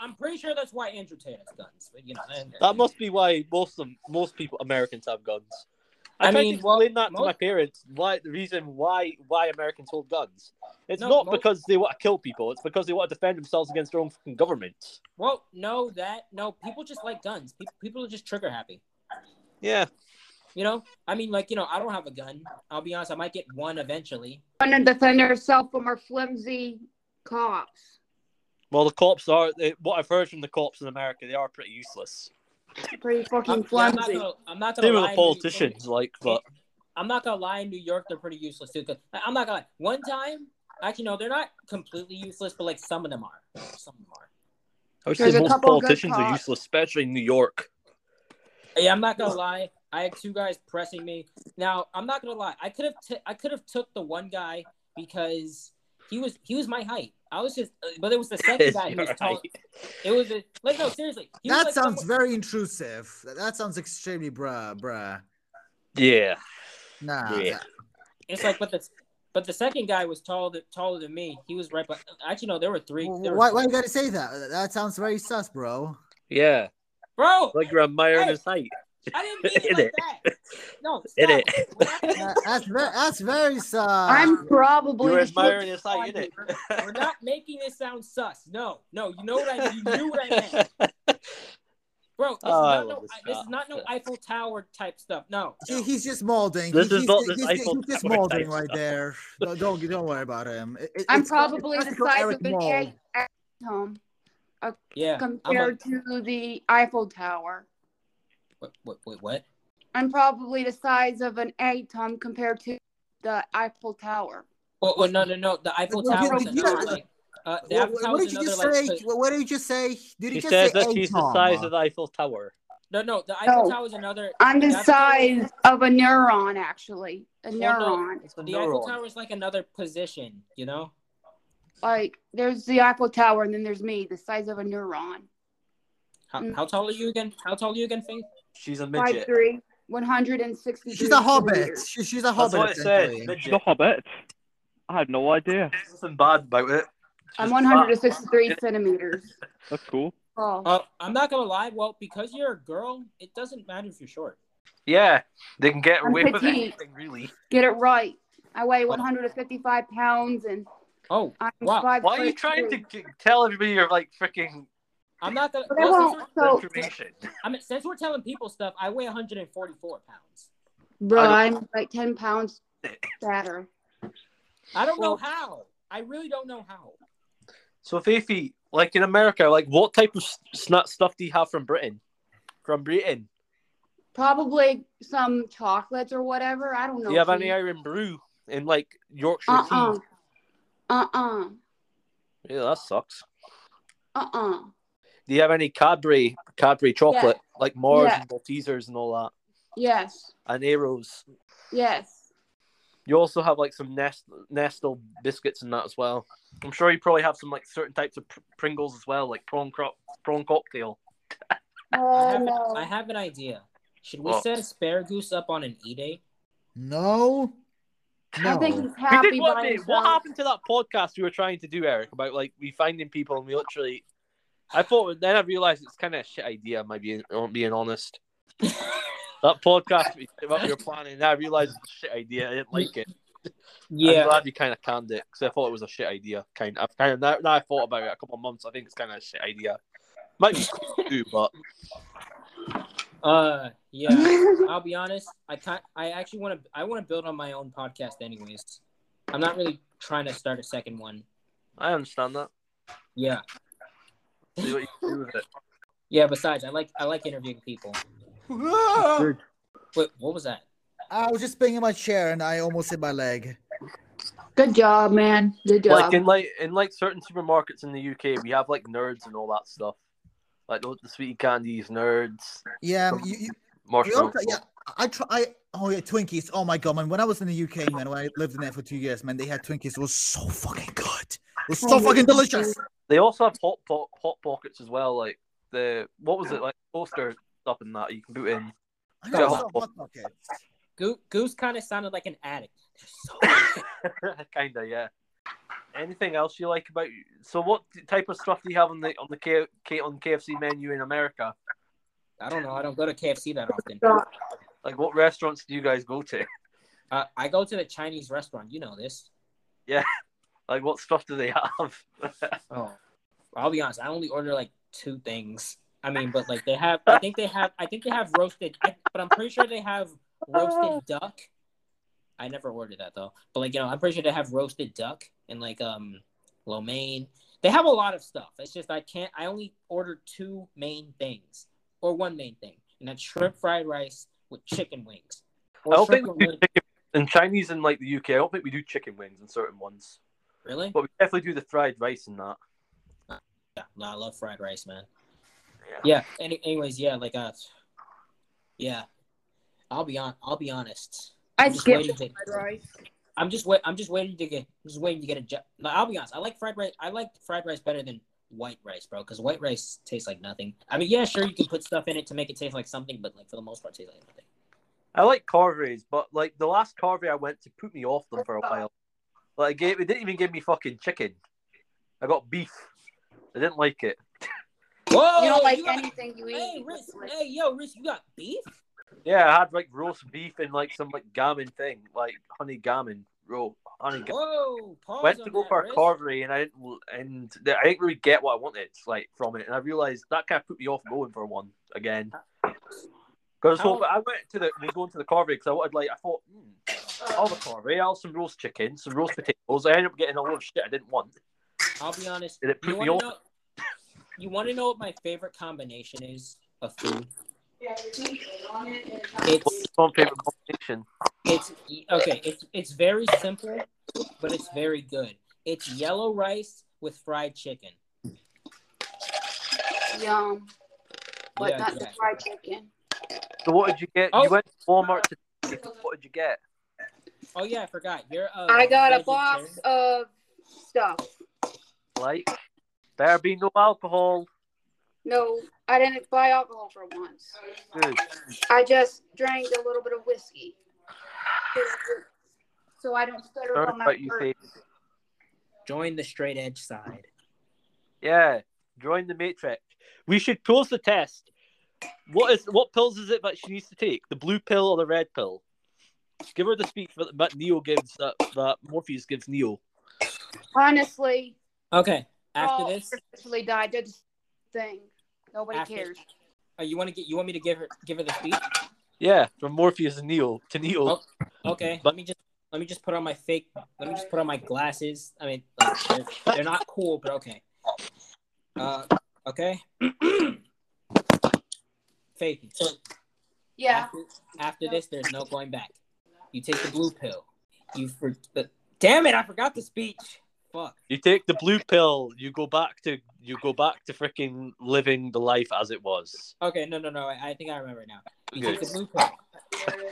I'm pretty sure that's why Andrew Tate has guns. But, you know, and-
That must be why most of most people Americans have guns. I,
I
tried
mean,
to explain that to
most-
my parents. Why the reason why why Americans hold guns? It's
No,
not
most-
because they want to kill people. It's because they want to defend themselves against their own fucking government.
well, no, that no. People just like guns. People, people are just trigger happy.
Yeah,
You know, I mean, like you know, I don't have a gun. I'll be honest. I might get one eventually.
Trying to defend ourselves from our flimsy cops.
Well, the cops are. They, what I've heard from the cops in America, they are pretty useless.
Pretty fucking
I'm, yeah, I'm not
flimsy.
gonna. I'm not gonna
They were
lie
the
to you.
politicians, like, but
I'm not gonna lie. In New York, they're pretty useless too. Cause I- I'm not gonna. Lie. One time, actually, no, they're not completely useless, but like some of them are. Some of them are.
I would
There's
say
a
most
couple good
politicians are
cops.
useless, especially in New York.
Yeah, I'm not gonna lie. I had two guys pressing me. Now, I'm not gonna lie. I could have. T- I could have took the one guy because he was he was my height. I was just, uh, but it was the second
Is
guy who was
your
tall.
height.
It was a, like no, seriously. He was,
That
like,
sounds
someone-
very intrusive. That- That sounds extremely bruh, bruh.
Yeah,
Nah.
Yeah.
It's like, but the but the second guy was taller th- taller than me. He was right. But actually, no, there were three. There were
Why, why you gotta say that? That sounds very sus, bro.
yeah,
bro?
like you're admiring
Hey.
his height.
I didn't mean
In
it
it.
like that. No,
In
stop.
it.
We're not making-
That- That's very, that's very sus.
I'm probably
You're
the
admiring his
shortest
height,
one.
innit?
We're not making this sound sus. No, no, you know what I you knew what I meant, bro. This,
Oh, I
is,
love
not no,
this
I- this is not no
stuff.
Eiffel Tower type stuff. No,
He-
no.
he's just molding.
This
He-
is
he's,
not-
he's,
this
he's,
Eiffel
he's just
Tower type
molding right
stuff.
there. Don't, don't don't worry about him. It- it-
I'm
it's
probably the
classical
size
Eric
of an
Mold.
egg at home
yeah. I'm
compared
like,
to the Eiffel Tower.
what, what, wait, what?
I'm probably the size of an atom compared to the Eiffel Tower.
Well, well, no, no, no. The Eiffel
Well,
Tower is
yeah,
another
yeah.
like. Uh,
What,
the Eiffel
what
Tower
did
is
you just
another
say?
like.
What, what did you just say? Did
He
you just
says
say
that he's the
atom?
size of the Eiffel Tower.
No, no. The Eiffel
No.
Tower is another.
I'm the
That's-
size of a neuron, actually. A
Well, no.
neuron.
It's a
The Eiffel
neuron.
Tower is like another position, you know.
Like, there's the Eiffel Tower, and then there's me, the size of a neuron.
How,
Mm.
how tall are you again? How tall are you again, Faith?
She's a
Five
midget.
three, 163.
She's a hobbit.
centimeters.
She, she's a
That's
hobbit.
what it says.
essentially.
The
Midget.
Hobbit. I had no idea.
There's nothing bad about it.
I'm
uh, She's
163 centimeters.
That's cool.
tall.
Uh, I'm not gonna lie. Well, because you're a girl, it doesn't matter if you're short.
fat. Yeah, they can get
I'm
away with
petite.
anything, really.
Get it right. I weigh 155 pounds, and
Oh,
I'm
Wow.
five
Why are you
foot
trying to
two.
g- tell everybody you're like freaking
I'm not gonna.
But I
Well, since,
won't.
we're,
So,
information?
I mean, since we're telling people stuff, I weigh 144 pounds.
bro,
I
I'm like 10 pounds fatter.
I don't know
Well-
how. I really don't know how.
So, Fifi, like in America, like what type of s- snot stuff do you have from Britain? From Britain,
Probably some chocolates or whatever. I don't know.
do you have any
dude.
Irish brew and like Yorkshire
Uh-uh.
tea?
Uh-uh.
Yeah, that sucks.
Uh-uh.
Do you have any Cadbury, Cadbury chocolate, like Mars
Yeah.
and Maltesers and all that,
Yes.
and Aeros?
Yes.
You also have like some Nest Nestle biscuits and that as well. I'm sure you probably have some like certain types of pr- Pringles as well, like prawn crop prawn cocktail.
Oh,
I, have,
no.
I have an idea. Should we
What?
set asparagus up on an e-day?
No.
I think
No.
he's happy
we did one
by
day.
himself.
What happened to that podcast we were trying to do, Eric, about like we finding people and we literally. I thought then I realized it's kind of a shit idea. Am I being, I'm being honest? That podcast we came up, you were planning, and I realized it's a shit idea. I didn't like it. I'm
Yeah,
glad you kind of canned it because I thought it was a shit idea. Kind of. I've kind of now, now I thought about it a couple of months. I think it's kind of a shit idea. Might be cool too, but
uh, yeah. I'll be honest. I kind, I actually want to. I want to build on my own podcast, anyways. I'm not really trying to start a second one.
I understand that.
Yeah,
See what you can do with it.
yeah. Besides, I like, I like interviewing people. Wait, what was that?
I was just spinning in my chair and I almost hit my leg.
Good job, man. Good job.
Like in like in like certain supermarkets in the UK, we have like nerds and all that stuff. Like the, the sweetie candies, nerds,
Yeah, um, you, you, you
marshmallows.
also, yeah. I try. I, oh yeah, Twinkies. Oh my god, man. When I was in the UK, man, when I lived in there for two years, man, they had Twinkies. It was so fucking good. It was so
Oh, yeah.
fucking delicious.
They also have hot po- hot pockets as well. Like the what was it like toaster stuff and that you can boot in.
I know, it was so
Yeah.
hot pocket.
Goose, Goose kind of sounded like an addict. So,
Kinda, yeah. Anything else you like about? So, what type of stuff do you have on the on the K, K on KFC menu in America?
I don't know. I don't go to KFC that often.
Like, what restaurants do you guys go to?
Uh, I go to the Chinese restaurant. You know this.
Like, what stuff do they have?
Oh, I'll be honest. I only order like two things. I mean, but like they have. I think they have. I think they have roasted. I, but I'm pretty sure they have roasted duck. I never ordered that though. But like you know, I'm pretty sure they have roasted duck and like um lo mein. They have a lot of stuff. It's just I can't. I only order two main things or one main thing, and that's shrimp fried rice with chicken wings. Or
I don't think
shrimp
we do
with-
chicken in Chinese and like the UK. I don't think we do chicken wings in certain ones,
really.
but we definitely do the fried rice and that.
Yeah, no, I love fried rice, man.
Yeah.
Yeah. Any, anyways, yeah, like uh, yeah. I'll be on. I'll be honest.
I
I'm just
skipped
waiting to.
fried rice.
I'm just wait. I'm just waiting to get. I'm just waiting to get a job. I'll be honest. I like fried rice. I like fried rice better than white rice, bro. Because white rice tastes like nothing. I mean, yeah, sure, you can put stuff in it to make it taste like something, but like for the most part, it tastes like nothing.
I like carveries, but like the last carvery I went to put me off them for a while. Like, it, gave, it didn't even give me fucking chicken. I got beef. I didn't like it.
Whoa!
Oh,
You don't like
got-
anything you
Hey,
eat.
Riz, hey, yo, Riz, you got beef?
Yeah, I had like roast beef and like some like gammon thing, like honey gammon roll. Honey gammon.
Whoa! Pause
Went
Oh, on
to go
that,
for a
Riz.
carvery and I didn't, l- and th- I didn't really get what I wanted like from it, and I realized that kind of put me off going for one again. Because
How-
I went to the was going to the carvery because I wanted like I thought mm, all the carvery, I'll have some roast chicken, some roast potatoes. I ended up getting a lot of shit I didn't want.
I'll be honest.
Did it put
you
me
wanna
off?
Know, you want to know what my favorite combination is of food? It's
What's your favorite combination?
it's e, okay. It's it's very simple, but it's very good. It's yellow rice with fried chicken.
Yum. But
Yeah,
not the
exactly.
fried chicken.
So what did you get?
Oh.
You went to Walmart to. What did you get?
Oh yeah, I forgot. You're. Uh,
Oh,
I got a
vegetarian.
box of stuff.
Like, there be no alcohol.
No, I didn't buy alcohol for once.
Good.
I just drank a little bit of whiskey. So I don't stutter
Sorry
on my
about you,
words.
Faith.
Join the straight edge side.
Yeah, join the matrix. We should pose the test. What is what pills is it that she needs to take? The blue pill or the red pill? Give her the speech that, that Neo gives that, that Morpheus gives Neo.
Honestly,
Okay. After
all
this,
artificially dyed. They're just thing. Nobody
After-
cares.
uh, you want to get? You want me to give her give her the speech?
Yeah, from Morpheus and Neo to Neo.
Oh. Okay. Let me just let me just put on my fake. Let me just put on my glasses. I mean, like, they're, they're not cool, but okay. Uh, okay. Faith.
Yeah.
After, after this, there's no going back. You take the blue pill. You for the damn it, I forgot the speech. Fuck.
You take the blue pill, you go back to you go back to freaking living the life as it was.
Okay, no, no, no. I, I think I remember now. You
Good.
take the blue pill.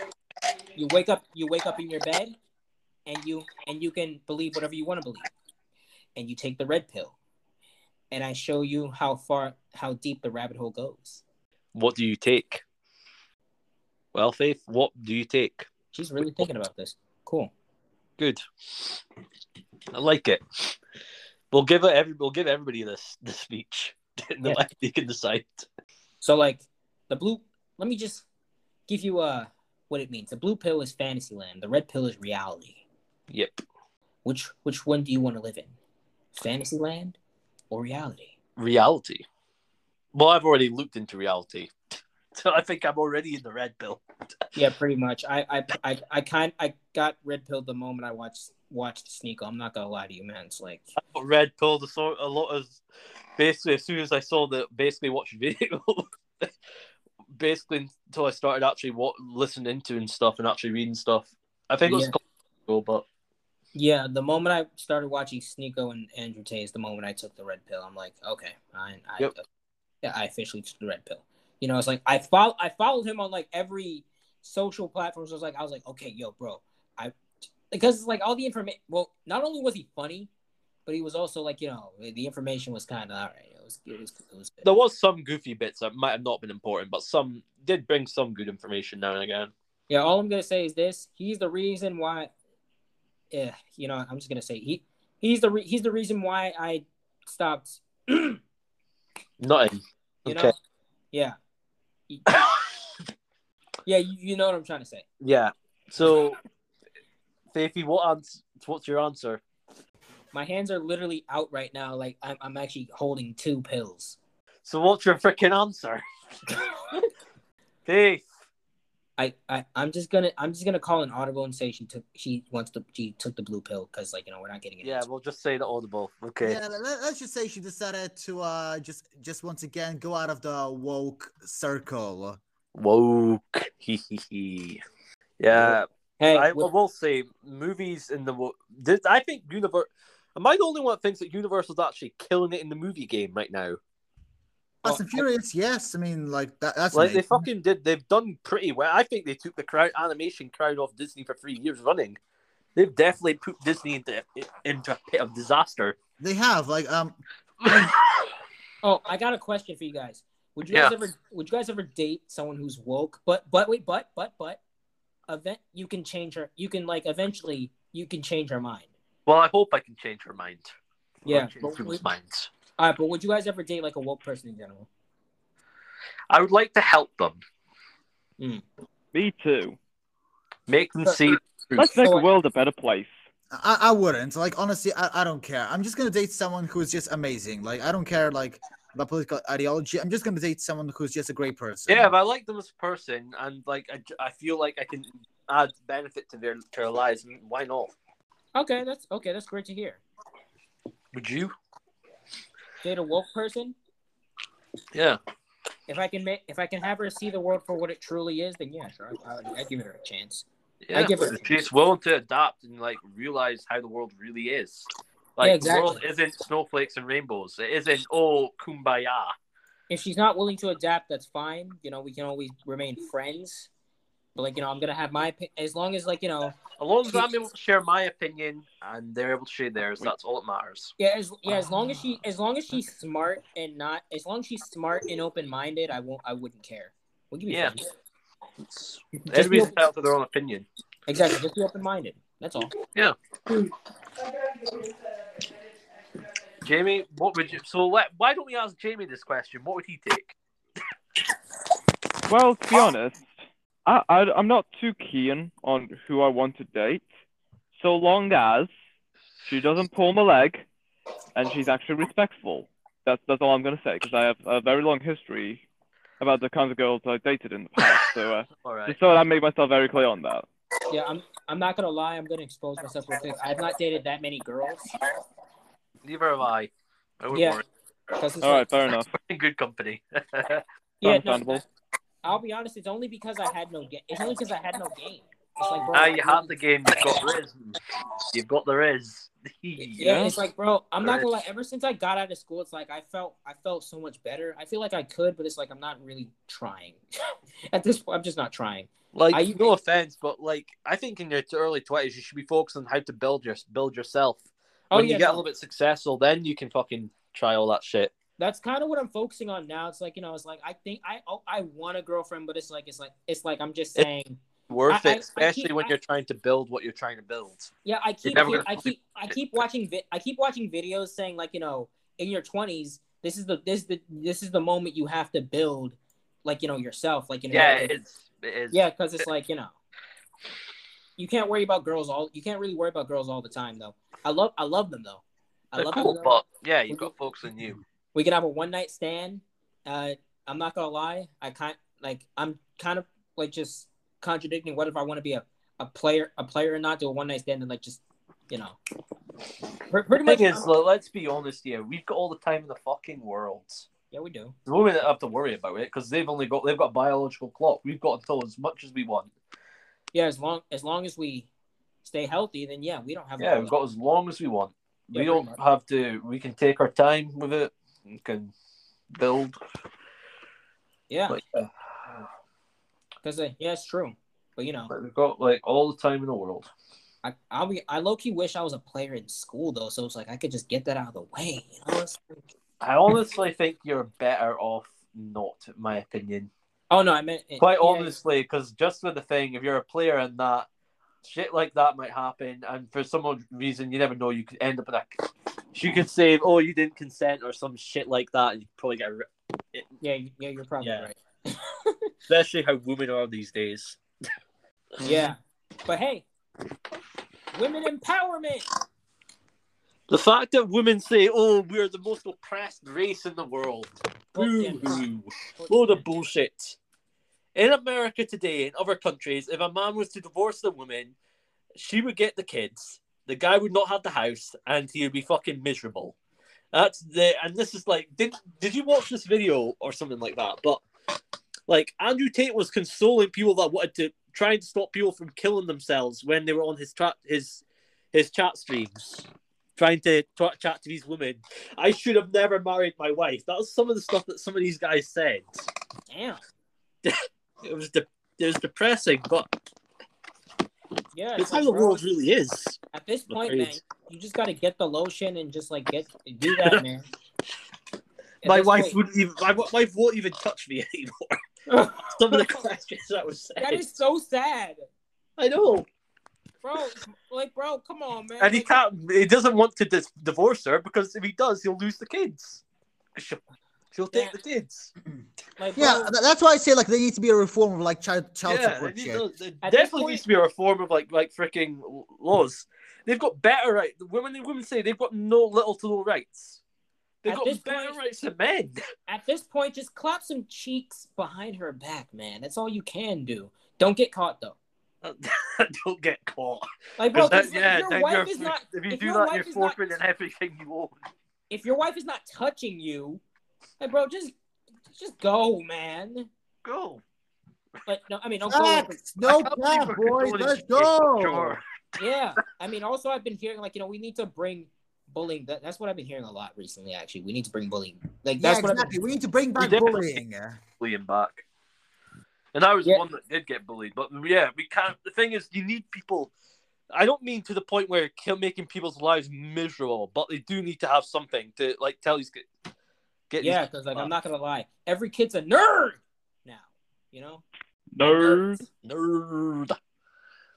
You wake up. You wake up in your bed, and you and you can believe whatever you want to believe. And you take the red pill, and I show you how far, how deep the rabbit hole goes.
What do you take? Well, Faith, what do you take?
She's really thinking about this. Cool.
Good. I like it. We'll give it every we'll give everybody this the speech. and then
Yeah.
they can decide.
So like the blue. Let me just give you uh what it means. The blue pill is fantasyland. The red pill is reality.
Yep.
Which which one do you want to live in? Fantasyland or reality?
Reality. Well, I've already looked into reality, so I think I'm already in the red pill.
Yeah, pretty much. I I I, I kind I got red pilled the moment I watched watched Sneak. I'm not gonna lie to you, man. It's like
But red pill. The sort a lot of basically as soon as I saw the basically watching video, basically until I started actually what listening into and stuff and actually reading stuff. I think it was
Yeah.
called, but
yeah, the moment I started watching Sneeko and Andrew Tate is the moment I took the red pill. I'm like, okay, I I,
Yep.
yeah, I officially took the red pill. You know, it's like I follow I followed him on like every social platform. So I was like, I was like, okay, yo, bro, I because it's like all the information. Well, not only was he funny, but he was also like, you know, the information was kind of all right. It was it was it was good.
there was some goofy bits that might have not been important, but some did bring some good information now and again.
Yeah, all I'm gonna say is this: he's the reason why. Yeah, you know, I'm just gonna say he he's the re- he's the reason why I stopped. you
Not him.
know, yeah, yeah, you, you know what I'm trying to say.
yeah. So, Faithy, what ans- what's your answer?
My hands are literally out right now. Like I'm I'm actually holding two pills.
So, what's your freaking answer? Faith.
I, I I'm just gonna I'm just gonna call an audible and say she took she wants to she took the blue pill because like you know we're not getting it.
Yeah, we'll just say the audible. Okay.
Yeah, let- let, us just say she decided to uh just just once again go out of the woke circle.
Woke. Hee hee hee. Yeah,
Hey,
I
well,
will say movies in the. wo- Did, I think Universal. Am I the only one that thinks that Universal's actually killing it in the movie game right now?
Fast and Furious, yes. I mean, like that, that's
Like
me.
they fucking did. They've done pretty well. I think they took the crown animation crown off Disney for three years running. They've definitely put Disney into into a pit of disaster.
They have like um
Oh, I got a question for you guys. Would you guys
Yeah.
ever would you guys ever date someone who's woke? But but wait, but but but event you can change her you can like eventually you can change her mind.
well, I hope I can change her mind. I'll
Yeah.
change
But,
people's
would-
minds.
all right, but would you guys ever date like a woke person in general?
I would like to help them,
Me too.
make them see.
Let's make the
So-
world a better place.
I, I wouldn't. Like honestly, I, I don't care. I'm just gonna date someone who's just amazing. Like I don't care like about political ideology. I'm just gonna date someone who's just a great person.
Yeah, if I like them as a person, and like I, j- I feel like I can add benefit to their to their lives. Why not?
Okay, that's okay, that's great to hear.
Would you?
Date a woke person?
Yeah.
If I can make if I can have her see the world for what it truly is, then yeah, sure. I, I, I give her a chance.
Yeah,
give her-
if she's willing to adapt and like realize how the world really is. Like
Yeah,
the world
exactly.
isn't snowflakes and rainbows. It isn't oh kumbaya.
If she's not willing to adapt, that's fine. You know, we can always remain friends. But like, you know, I'm gonna have my opi- as long as like, you know,
As long as I'm able to share my opinion and they're able to share theirs, that's all that matters.
Yeah, as yeah, as long as she
Oh.
as long as she's smart and not as long as she's smart and open minded, I won't I wouldn't care. We'll give you
Yeah.
friends.
It's-
Just be
Everybody's
open-
entitled to their own opinion.
exactly. Just be open minded. That's all.
Jamie, what would you? So let, why don't we ask Jamie this question? What would he take?
Well, to be
Ah.
honest, I, I I'm not too keen on who I want to date, so long as she doesn't pull my leg, and she's actually respectful. That's that's all I'm gonna say because I have a very long history about the kinds of girls I dated in the past. So uh,
All right.
just so I make myself very clear on that.
Yeah, I'm I'm not gonna lie, I'm gonna expose myself real quick. I've not dated that many girls.
Neither have I. I wouldn't
Yeah.
worry.
'cause it's
All right,
like-
fair enough.
In good company.
yeah, no,
understandable.
I'll be honest, it's only because I had no game. It's only because I had no game. It's like, bro,
now Ah, you have the game. You've got Riz. You've got the Riz.
Yeah,
Yeah.
it's like, bro, I'm not
Alright.
gonna lie. Ever since I got out of school, it's like I felt I felt so much better. I feel like I could, but it's like I'm not really trying. At this point, I'm just not trying.
Like,
I-
no offense, but like, I think in your early twenties, you should be focused on how to build your build yourself.
Oh
when
yeah,
you get a
no,
little bit successful, then you can fucking try all that shit.
that's kind of what I'm focusing on now. It's like you know, it's like I think I oh, I want a girlfriend, but it's like it's like it's like I'm just
It-
saying.
Worth
I- I-
it, especially
I keep-
when
I-
you're trying to build what you're trying to build.
Yeah, I keep
never gonna
I
find
keep I keep watching vi- I keep watching videos saying like you know in your 20s this is the this the this is the moment you have to build like you know yourself like you know
Yeah, it's
It is.
Yeah, because it's like you know, you can't worry about girls all. You can't really worry about girls all the time though. I love I love them though. I
They're
love
cool,
them. Though.
but yeah, you've got to focus on you.
We can have a one night stand. Uh, I'm not gonna lie. I kind like I'm kind of like just contradicting. What if I want to be a, a player a player or not? Do a one night stand and like just you know. Pre- Pretty
The
much.
thing is, like, let's be honest here. We've got all the time in the fucking world.
yeah, we do.
The women don't have to worry about it because they've only got they've got a biological clock. We've got until as much as we want.
Yeah, as long as long as we stay healthy, then yeah, we don't have. a
Yeah,
problem.
we've got as long as we want.
Yeah,
we don't
pretty
have to. We can take our time with it. We can build.
yeah,
But, yeah,
because uh, yeah, it's true. But you know,
but we've got like all the time in the world.
I I'll be, I low key wish I was a player in school though, so it's like I could just get that out of the way. You know? It's like-
I honestly think you're better off not, in my opinion.
oh no, I meant
Quite
yeah,
honestly, because just with the thing, if you're a player in that, shit like that might happen, and for some odd reason, you never know, you could end up in a. She could say, "Oh, you didn't consent" or some shit like that, and you probably get. Ri-
Yeah, you- yeah, you're probably
Yeah.
right.
Especially how women are these days.
Yeah, but hey, women empowerment.
The fact that women say, "Oh, we're the most oppressed race in the world," boo hoo, load of bullshit. In America today, in other countries, if a man was to divorce the woman, she would get the kids, the guy would not have the house, and he would be fucking miserable. That's the and this is like, did did you watch this video or something like that? But like Andrew Tate was consoling people that wanted to trying to stop people from killing themselves when they were on his chat his his chat streams trying to tra- chat to these women. I should have never married my wife. That was some of the stuff that some of these guys said.
Damn.
It was de- it was depressing, but
Yeah,
it's
it's
how
like,
the
bro,
world really is.
at this
I'm
point,
afraid.
man, you just gotta get the lotion and just like get do that, man. At
my
this
wife
point-
wouldn't even my wi- wife won't even touch me anymore. some of the questions that was said.
that is so sad,
I know.
bro. Like, bro, come on, man.
And he
Like,
can't he doesn't want to dis- divorce her because if he does, he'll lose the kids. She'll, she'll take the kids.
like,
Yeah,
bro,
tha- that's why I say like there needs to be a reform of like child child
yeah,
support
it
shit.
needs- it
At this
definitely
point-
needs to be a reform of like like freaking laws. They've got better right. The women the women say they've got no little to no rights. They've
At this
got better
point-
rights than men.
At this point, just clap some cheeks behind her back, man. That's all you can do. Don't get caught though.
Don't get caught.
Like, bro,
'Cause
if
that- yeah,
your
then
wife
you're-
is not
if you
if
do
your
that,
wife
you're
is not-
forfeiting everything you own.
if your wife is not touching you, like, bro, just just go, man.
Go.
Like, no, I mean, don't go.
Facts. No
I can't
cap,
believe we're
boys.
controlling this
Let's
shit.
go.
Sure.
Yeah, I mean, also, I've been hearing like, you know, we need to bring bullying. That, that's what I've been hearing a lot recently. Actually, we need to bring bullying. Like,
Yeah,
that's what I've
exactly.
been.
We need to bring back
definitely-
bullying.
bullying back. And I was
Yeah.
one that did get bullied, but yeah, we can't. The thing is, you need people. I don't mean to the point where it kill making people's lives miserable, but they do need to have something to like tell these. Get, get
Yeah, because like, I'm not gonna lie, every kid's a nerd now. You know,
Nerd.
these nerd.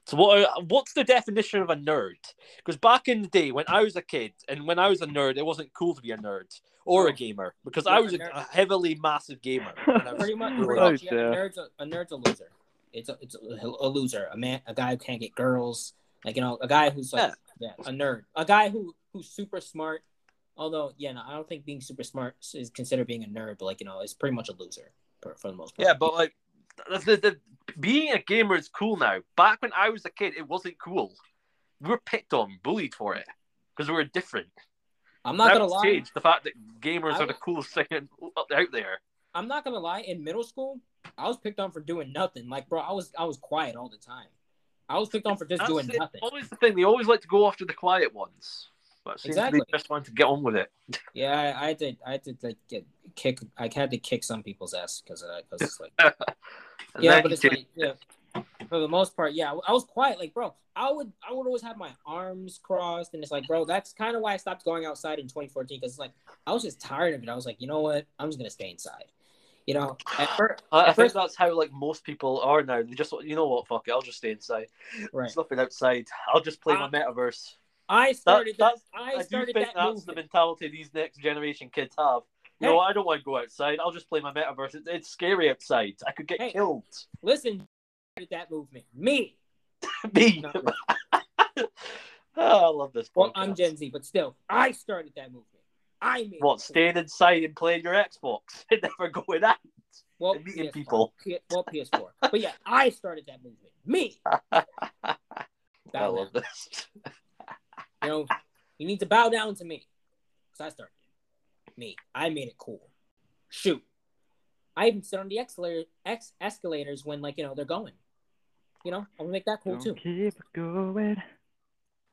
So what? What's the definition of a nerd? Because back in the day, when I was a kid, and when I was a nerd, it wasn't cool to be a nerd or a gamer because I
Yeah,
was a,
Oh. nerd.
a heavily massive gamer. when I was
pretty much, pretty
growing
Oh,
up.
much yeah, a
dear.
nerd's a, a nerd's a loser. It's a it's a, a loser. A man, a guy who can't get girls. Like you know, a guy who's like yeah. a nerd. A guy who who's super smart. Although yeah, no, I don't think being super smart is considered being a nerd. But like you know, it's pretty much a loser for, for the most part.
Yeah, but like the, the, the being a gamer is cool now. Back when I was a kid, it wasn't cool. We were picked on, bullied for it because we were different.
I'm not
Now
gonna
it's
lie.
changed, the fact that gamers
I
are the
wa-
coolest thing in- out there.
I'm not gonna lie. In middle school, I was picked on for doing nothing. Like bro, I was I was quiet all the time. I was picked on for just
That's
doing
it.
nothing.
always the thing. They always like to go after the quiet ones. But it seems
Exactly.
they just want to get on with it.
Yeah, I, I had to I had to like get kick. I had to kick some people's ass because I because it's like.
And
yeah,
then
but
you
it's
get-
like yeah, for the most part, yeah, I was quiet. Like, bro, I would I would always have my arms crossed, and it's like, bro, that's kind of why I stopped going outside in 2014 because it's like I was just tired of it. I was like, you know what, I'm just gonna stay inside. You know, at first,
I, I think
first-
that's how like most people are now. They just you know what, fuck it, I'll just stay inside.
right?
There's nothing outside. I'll just play
Uh,
my metaverse.
I started that.
that's-
I
do
started
think
that
that's the
movement.
mentality these next generation kids have.
Hey.
No, I don't want to go outside. I'll just play my metaverse. It's, it's scary outside. I could get
Hey.
killed.
Listen, started that movement. Me.
Me.
Not
oh,
really.
I love this.
Well,
podcast.
I'm Gen Z, but still, I started that movement. I made.
What,
it.
staying inside and playing your Xbox and never going out
Well,
and meeting
PS4.
people?
P- well, PS4. but yeah, I started that movement. Me.
I
Bow down.
love this.
You know, you need to bow down to me. Because I started it. Me. I made it cool. Shoot. I even sit on the escalator, ex- escalators when, like, you know, they're going. You know, I want to make that cool too.
Don't keep going.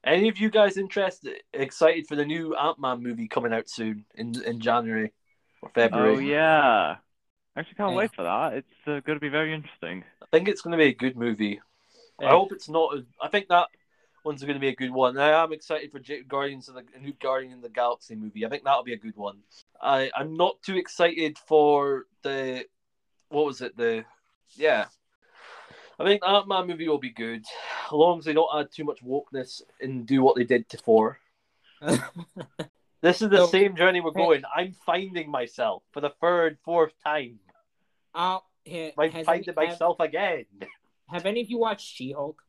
Any of you guys interested, excited for the new Ant Man movie coming out soon in in January or February?
Oh yeah. Actually, can't
Yeah.
wait for that. It's uh, going to be very interesting.
I think it's going to be a good movie. I
Yeah.
hope it's not. a- I think that one's going to be a good one. I am excited for J- Guardians of the a new Guardian of the Galaxy movie. I think that'll be a good one. I I'm not too excited for the what was it the yeah. I think that man movie will be good, as long as they don't add too much wokeness and do what they did to four. This is the
So-
same journey we're going. I'm finding myself for the third, fourth time.
I'll, ha-
I'm
has any-
finding
have-
myself again.
Have any of you watched She Hulk?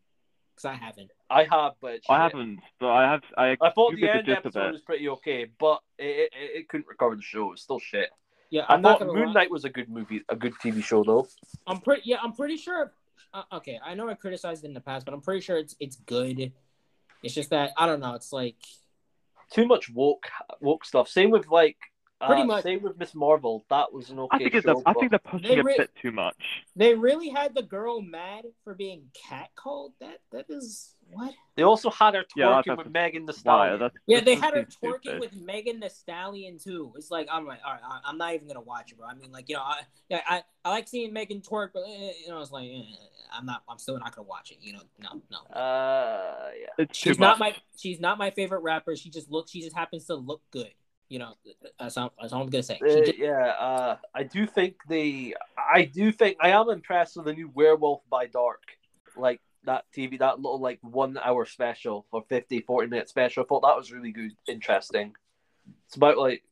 Because I haven't.
I have, but
I
shit.
haven't, but I have. I,
I thought
do
the
get
end
gist of
episode
it.
was pretty okay, but it, it, it it couldn't recover the show. It's still shit.
Yeah,
I
I'm not
thought
gonna
Moon
lie.
Knight was a good movie, a good TV show though.
I'm pretty. Yeah, I'm pretty sure. Uh, okay, I know I criticized it in the past, but I'm pretty sure it's it's good. It's just that I don't know. It's like
Too much woke woke stuff. Same with like, uh,
Pretty much.
Same with Miss Marvel. That was an okay
I think it's.
show.
A, I
but-
think they're pushing
They
a
re-
bit too much.
they really had the girl mad for being catcalled. That that is what.
they also had her
Yeah, that's
twerking with
happened.
Megan the
Why?
Stallion.
That's,
Yeah,
that's
they had her
just
twerking
stupid.
with Megan the Stallion too. It's like I'm like, all right, I- I'm not even gonna watch it, bro. I mean, like you know, I yeah, I, I like seeing Megan twerk, but eh, eh, you know, it's like eh, I'm not, I'm still not gonna watch it. You know, no, no.
Uh, yeah.
It's too
She's not
much.
my she's not my favorite rapper. She just looks she just happens to look good. You know, that's all, that's all I'm gonna say. She
Uh,
just-
yeah, uh, I do think the I do think I am impressed with the new Werewolf by Dark, like that TV, that little like one hour special or 50, 40 minute special. I thought that was really good, interesting. It's about like,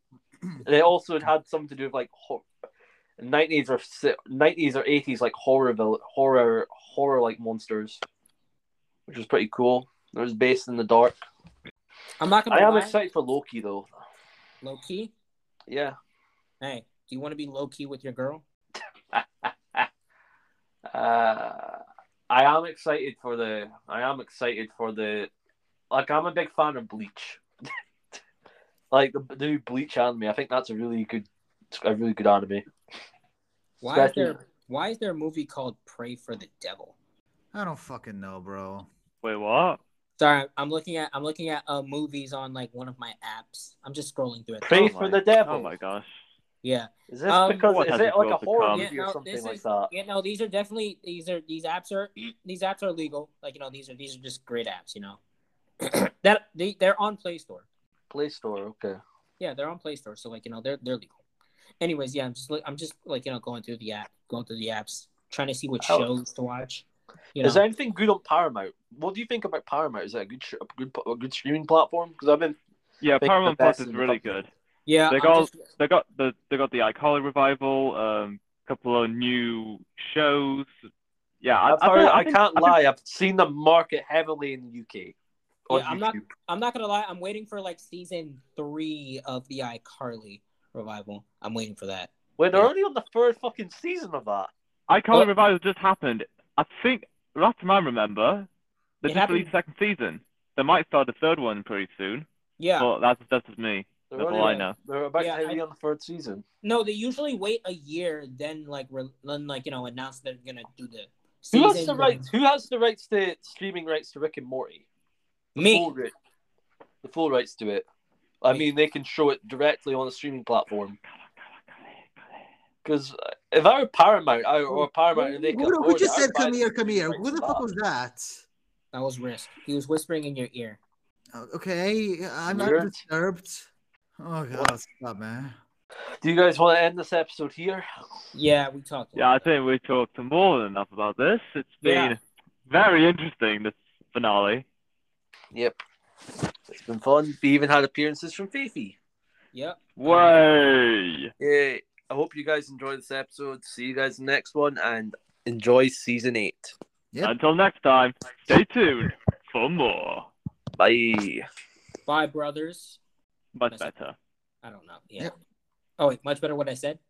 and it also had- had something to do with like nineties or nineties or eighties like horror vil- horror horror like monsters, which was pretty cool. It was based in the dark.
I'm not gonna
I am
lie,
excited for Loki though.
low key.
Yeah.
Hey, do you want to be low key with your girl?
Uh, I am excited for the. I am excited for the. Like, I'm a big fan of Bleach. like the, the new Bleach anime, I think that's a really good, a really good anime.
Why is
Especially-
there why is there a movie called Pray for the Devil?
I don't fucking know, bro.
Wait, what? Oh
Sorry, I'm looking at I'm looking at uh, movies on like one of my apps. I'm just scrolling through it.
Pray
Oh
for
my-
the devil.
Oh my gosh.
Yeah,
Is this
Um,
because
What
is
has
it
it
like a
got to
horror
come?
movie
Yeah,
or
no,
something
this
like
is-
that?
yeah. No, these are definitely these are these apps are these apps are legal. Like you know, these are these are just great apps. You know, that they they're on Play Store.
Play Store, okay.
Yeah, they're on Play Store, so like you know they're they're legal. Anyways, yeah, I'm just li- I'm just like you know going through the app, going through the apps, trying to see what
Oh.
shows to watch. You know,
Is there anything good on Paramount? What do you think about Paramount? Is that a good, sh- a good, a good streaming platform? Because I've been
Yeah,
Think the
Paramount Plus
best
is
in the
really
company.
good.
yeah,
They
I'm
got-
just-
They got the they got the iCarly revival. Um, couple of new shows. Yeah, I,
I've
I,
heard,
think-
I,
think-
can't
think-
lie. I've seen the market heavily in the UK. on
Yeah, I'm not-
YouTube.
I'm not gonna lie, I'm waiting for like season three of the iCarly revival. I'm waiting for that.
Wait, they're
Yeah.
already on the third fucking season of that.
iCarly
Well-
revival just happened. I think last time I remember, they
It
just
happened-
released the second season. They might start the third one pretty soon.
Yeah,
Well, that's that's just me.
They're
That's
already
all I
on-
know.
They're about
Yeah,
to be
I-
on the third season.
no, they usually wait a year, then like re- then like you know announce they're gonna do the
Who
season.
has the rights? Who has the rights to streaming rights to Rick and Morty?
Me,
Full ri- the full rights to it. I
Me.
mean, they can show it directly on a streaming platform. Because if I were Paramount, I, or Paramount, and they could
Who, who
afford
just
it, I'd
said,
buy
"Come
the
here, come
streaming
here"?
rights
Who the
to
fuck
that.
was that?
that was Risk. He was whispering in your ear.
Uh, Okay, I'm not
Weird.
disturbed. Oh god, stop, man.
Do you guys want to end this episode here?
Yeah, we talked. a
Yeah, I
lot.
think we talked more than enough about this. It's been
Yeah.
very interesting this finale.
Yep. It's been fun. We even had appearances from Fifi.
Yep.
Way.
Yay. I hope you guys enjoyed this episode. See you guys in the next one and enjoy season eight.
Yep.
Until next time, stay tuned for more.
Bye.
Bye, brothers.
Much better.
I don't know. Yeah.
Yep.
Oh wait, much better what I said.